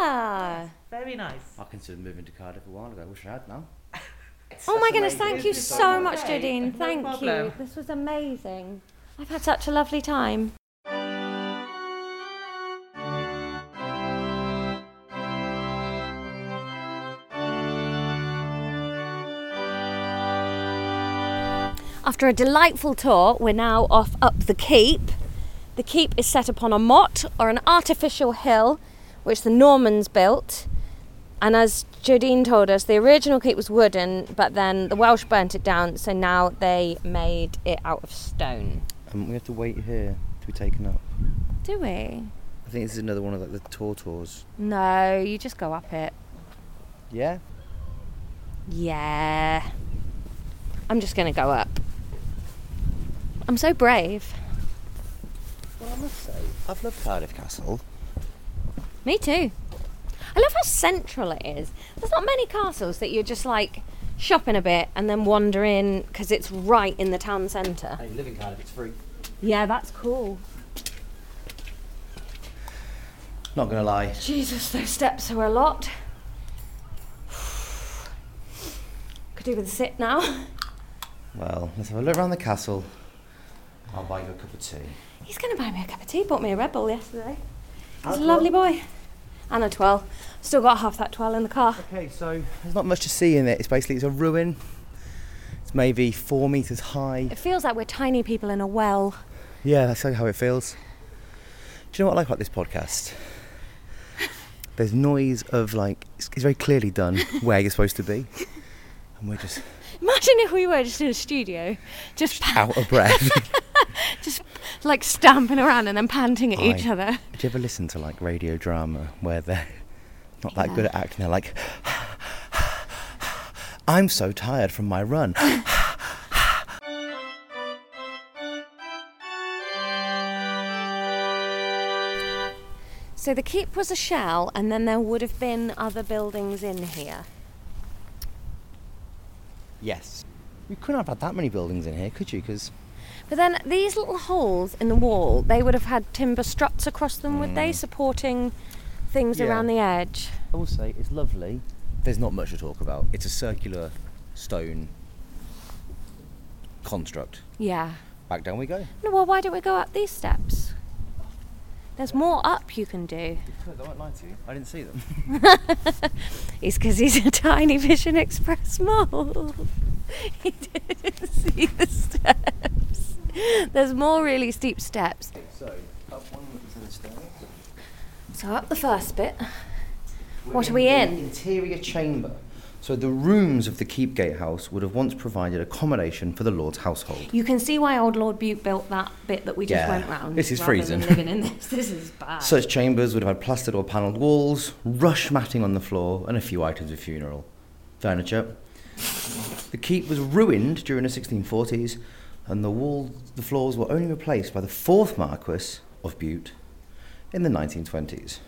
[SPEAKER 5] Ah.
[SPEAKER 9] Very nice.
[SPEAKER 4] I considered moving to Cardiff a while ago. I wish I had now.
[SPEAKER 5] Oh my
[SPEAKER 4] That's
[SPEAKER 5] goodness,
[SPEAKER 4] amazing.
[SPEAKER 5] thank you
[SPEAKER 4] It's
[SPEAKER 5] so
[SPEAKER 4] so
[SPEAKER 5] much,
[SPEAKER 4] great.
[SPEAKER 5] Jodine.
[SPEAKER 4] No
[SPEAKER 5] Thank you.
[SPEAKER 4] problem.
[SPEAKER 5] This was amazing. I've had such a lovely time. After a delightful tour, we're now off up the keep. The keep is set upon a motte or an artificial hill which the Normans built. And as Jodine told us, the original keep was wooden, but then the Welsh burnt it down, so now they made it out of stone.
[SPEAKER 4] Um, we have to wait here to be taken up.
[SPEAKER 5] Do we?
[SPEAKER 4] I think this is another one of like, the tour tours.
[SPEAKER 5] No, you just go up it.
[SPEAKER 4] Yeah.
[SPEAKER 5] Yeah. I'm just going to go up. I'm so brave.
[SPEAKER 4] Well, I must say, I've loved Cardiff Castle.
[SPEAKER 5] Me too. I love how central it is. There's not many castles that you're just like shopping a bit and then wander in because it's right in the town centre.
[SPEAKER 4] Hey, you live in Cardiff, it's free.
[SPEAKER 5] Yeah, that's cool.
[SPEAKER 4] Not gonna lie.
[SPEAKER 5] Jesus, those steps are a lot. Could do with a sit now.
[SPEAKER 4] Well, let's have a look around the castle. I'll buy you a cup of tea.
[SPEAKER 5] He's going to buy me a cup of tea. Bought me a Red Bull yesterday.
[SPEAKER 4] And
[SPEAKER 5] He's a
[SPEAKER 4] a
[SPEAKER 5] lovely boy. And a 12. Still got half that 12 in the car.
[SPEAKER 4] Okay, so. There's not much to see in it. It's basically it's a ruin. It's maybe four meters high.
[SPEAKER 5] It feels like we're tiny people in a well.
[SPEAKER 4] Yeah, that's how it feels. Do you know what I like about this podcast? There's noise of like it's, it's very clearly done where you're supposed to be, and we're just
[SPEAKER 5] Imagine if we were just in a studio, just pa-
[SPEAKER 4] out of breath.
[SPEAKER 5] just like stamping around and then panting at each
[SPEAKER 4] I-
[SPEAKER 5] other.
[SPEAKER 4] Do you ever listen to like radio drama where they're not that
[SPEAKER 5] Yeah.
[SPEAKER 4] good at acting? They're like, I'm so tired from my run.
[SPEAKER 5] So the keep was a shell, and then there would have been other buildings in here.
[SPEAKER 4] yes. You couldn't have had that many buildings in here, could you? Because
[SPEAKER 5] But then these little holes in the wall, they would have had timber struts across them, would they,
[SPEAKER 4] Mm.
[SPEAKER 5] supporting things
[SPEAKER 4] Yeah.
[SPEAKER 5] around the edge?
[SPEAKER 4] I will say it's lovely. There's not much to talk about. It's a circular stone construct.
[SPEAKER 5] Yeah.
[SPEAKER 4] Back down we go.
[SPEAKER 5] No, well, why don't we go up these steps? There's more up you can do.
[SPEAKER 4] I won't lie to you. I didn't see them.
[SPEAKER 5] It's because he's a tiny Vision Express mole. he didn't see the steps. There's more really steep steps.
[SPEAKER 4] so up one to the stairs.
[SPEAKER 5] So up the first bit. What are we in?
[SPEAKER 4] Interior chamber. So the rooms of the Keepgate House would have once provided accommodation for the Lord's household.
[SPEAKER 5] You can see why old Lord Butte built that bit that we just
[SPEAKER 4] Yeah,
[SPEAKER 5] went round.
[SPEAKER 4] this is
[SPEAKER 5] rather than
[SPEAKER 4] freezing.
[SPEAKER 5] Living in this, this is bad.
[SPEAKER 4] Such chambers would have had plastered or panelled walls, rush matting on the floor, and a few items of funeral furniture. The keep was ruined during the 1640s, and the wall, the floors were only replaced by the fourth Marquess of Butte in the 1920s.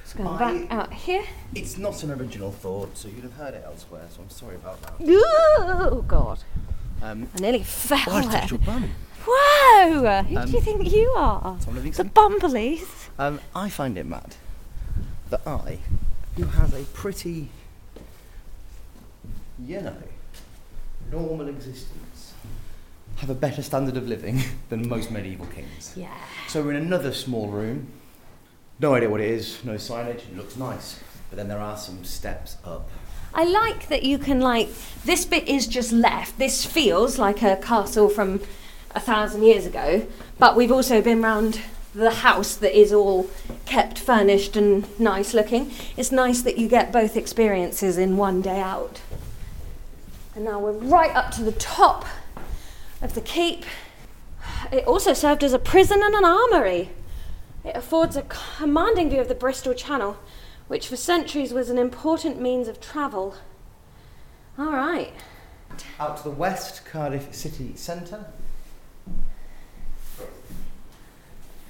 [SPEAKER 5] Let's go back out here.
[SPEAKER 4] It's not an original thought, so you'd have heard it elsewhere. So I'm sorry about that.
[SPEAKER 5] Oh God!
[SPEAKER 4] Um,
[SPEAKER 5] I nearly fell.
[SPEAKER 4] Oh, it's
[SPEAKER 5] there.
[SPEAKER 4] Dr. Bum.
[SPEAKER 5] Whoa! Who
[SPEAKER 4] Um,
[SPEAKER 5] do you think you are?
[SPEAKER 4] Tom
[SPEAKER 5] The
[SPEAKER 4] Livingston.
[SPEAKER 5] Bumbleys.
[SPEAKER 4] Um, I find it mad that I, who has a pretty, you know, normal existence, have a better standard of living than most medieval kings.
[SPEAKER 5] Yeah.
[SPEAKER 4] So we're in another small room. No idea what it is, no signage, it looks nice. But then there are some steps up.
[SPEAKER 5] I like that you can like this bit is just left. This feels like a castle from a thousand years ago, but we've also been round the house that is all kept furnished and nice looking. It's nice that you get both experiences in one day out. And now we're right up to the top of the keep. It also served as a prison and an armoury. It affords a commanding view of the Bristol Channel, which for centuries was an important means of travel. All right.
[SPEAKER 4] Out to the west, Cardiff city centre.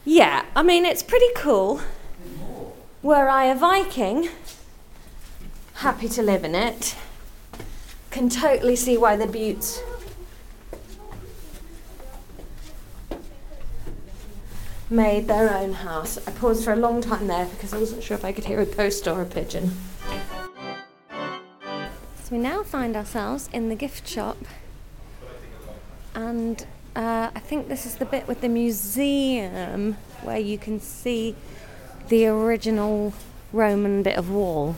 [SPEAKER 5] Yeah, I mean, it's pretty cool. Were I a Viking, happy to live in it. Can totally see why the buttes. Made their own house. I paused for a long time there because I wasn't sure if I could hear a ghost or a pigeon. So we now find ourselves in the gift shop, and uh, I think this is the bit with the museum where you can see the original Roman bit of wall.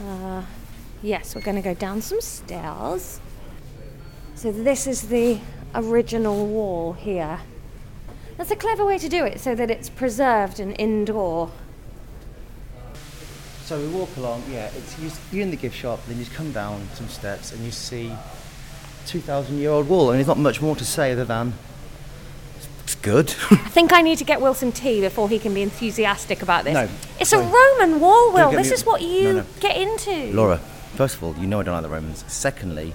[SPEAKER 5] Uh, yes, we're going to go down some stairs. So this is the original wall here. That's a clever way to do it so that it's preserved and indoor.
[SPEAKER 4] So we walk along, yeah, it's you, you're in the gift shop, then you just come down some steps and you see 2,000 year old wall, and there's not much more to say other than it's good.
[SPEAKER 5] I think I need to get Will some tea before he can be enthusiastic about this.
[SPEAKER 4] No,
[SPEAKER 5] it's a Roman wall, Will.
[SPEAKER 4] Don't get
[SPEAKER 5] This
[SPEAKER 4] me-
[SPEAKER 5] is what you
[SPEAKER 4] No, no.
[SPEAKER 5] get into.
[SPEAKER 4] Laura, first of all, you know I don't like the Romans. Secondly,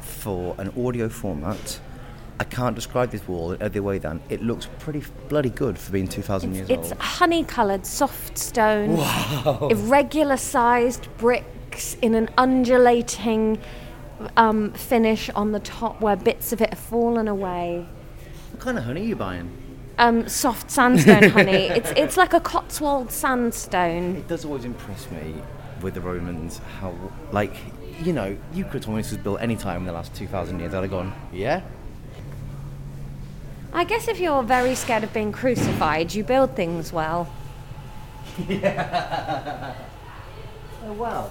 [SPEAKER 4] for an audio format, I can't describe this wall in other way than it looks pretty bloody good for being 2,000 years
[SPEAKER 5] It's
[SPEAKER 4] old.
[SPEAKER 5] honey coloured, soft stone,
[SPEAKER 4] Wow.
[SPEAKER 5] irregular sized bricks in an undulating um, finish on the top where bits of it have fallen away.
[SPEAKER 4] What kind of honey are you buying?
[SPEAKER 5] Um, soft sandstone, honey. It's, it's like a Cotswold sandstone.
[SPEAKER 4] It does always impress me with the Romans how, like, you know, Euclid's almost was built any time in the last 2,000 years. I'd have gone, yeah,
[SPEAKER 5] I guess if you're very scared of being crucified, you build things well.
[SPEAKER 4] Oh, wow.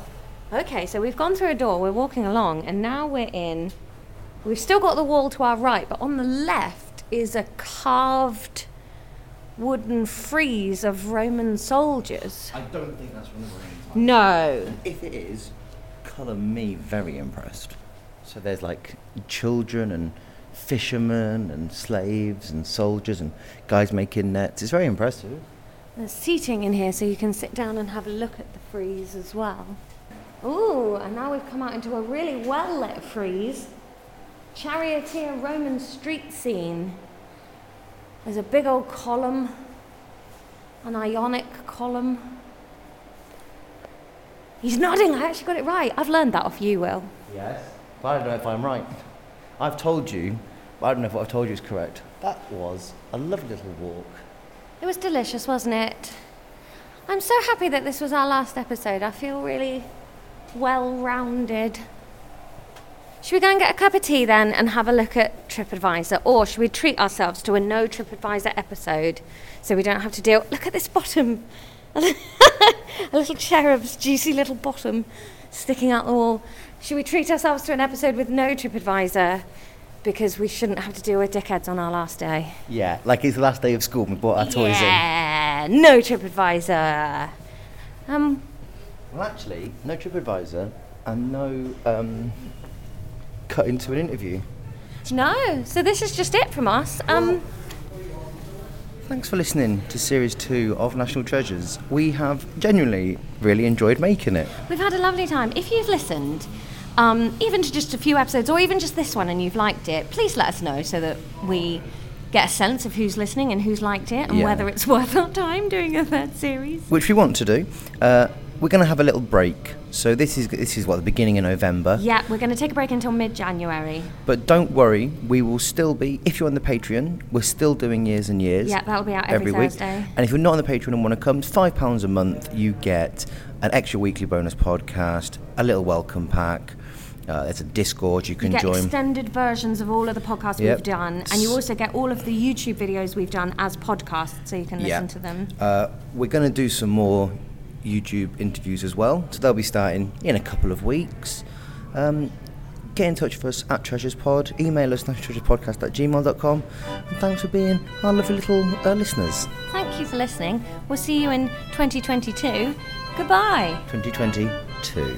[SPEAKER 5] Okay, so we've gone through a door, we're walking along, and now we're in. We've still got the wall to our right, but on the left is a carved wooden frieze of Roman soldiers.
[SPEAKER 4] I don't think that's from the Romans.
[SPEAKER 5] No.
[SPEAKER 4] If it is, colour me very impressed. So there's like children and fishermen and slaves and soldiers and guys making nets. It's very impressive.
[SPEAKER 5] There's seating in here so you can sit down and have a look at the frieze as well. Ooh, and now we've come out into a really well lit frieze. Charioteer Roman street scene. There's a big old column, an ionic column. He's nodding, I actually got it right. I've learned that off you, Will.
[SPEAKER 4] Yes. But I don't know if I'm right. I've told you, I don't know if what I've told you is correct. That was a lovely little walk.
[SPEAKER 5] It was delicious, wasn't it? I'm so happy that this was our last episode. I feel really well rounded. Should we go and get a cup of tea then and have a look at TripAdvisor? Or should we treat ourselves to a no TripAdvisor episode so we don't have to deal. Look at this bottom! a little cherub's juicy little bottom sticking out the wall. Should we treat ourselves to an episode with no TripAdvisor because we shouldn't have to deal with dickheads on our last day?
[SPEAKER 4] Yeah, like it's the last day of school and we bought our toys in.
[SPEAKER 5] yeah, no TripAdvisor. Um,
[SPEAKER 4] Well, actually, no TripAdvisor and no um, cut into an interview.
[SPEAKER 5] no. So this is just it from us. Um,
[SPEAKER 4] Thanks for listening to series two of National Treasures. We have genuinely really enjoyed making it.
[SPEAKER 5] We've had a lovely time. If you've listened, um, even to just a few episodes or even just this one and you've liked it, please let us know so that we get a sense of who's listening and who's liked it and
[SPEAKER 4] Yeah.
[SPEAKER 5] whether it's worth our time doing a third series.
[SPEAKER 4] which we want to do. Uh, we're going to have a little break. So this is this is what the beginning of November.
[SPEAKER 5] Yeah, we're going to take a break until mid January.
[SPEAKER 4] But don't worry, we will still be. If you're on the Patreon, we're still doing years and years.
[SPEAKER 5] Yeah, that'll be out every
[SPEAKER 4] week.
[SPEAKER 5] Thursday.
[SPEAKER 4] And if you're not on the Patreon and want to come, it's five pounds a month. You get an extra weekly bonus podcast, a little welcome pack. Uh, there's a Discord you
[SPEAKER 5] You
[SPEAKER 4] can
[SPEAKER 5] get
[SPEAKER 4] join.
[SPEAKER 5] extended versions of all of the podcasts
[SPEAKER 4] Yep.
[SPEAKER 5] we've done, and you also get all of the YouTube videos we've done as podcasts, so you can listen
[SPEAKER 4] Yeah.
[SPEAKER 5] to them.
[SPEAKER 4] Uh, we're going to do some more YouTube interviews as well. So they'll be starting in a couple of weeks. Um, get in touch with us at Treasures Pod. Email us nationaltreasurepodcast at gmail.com. And thanks for being our lovely little uh, listeners.
[SPEAKER 5] Thank you for listening. We'll see you in 2022. Goodbye.
[SPEAKER 4] 2022.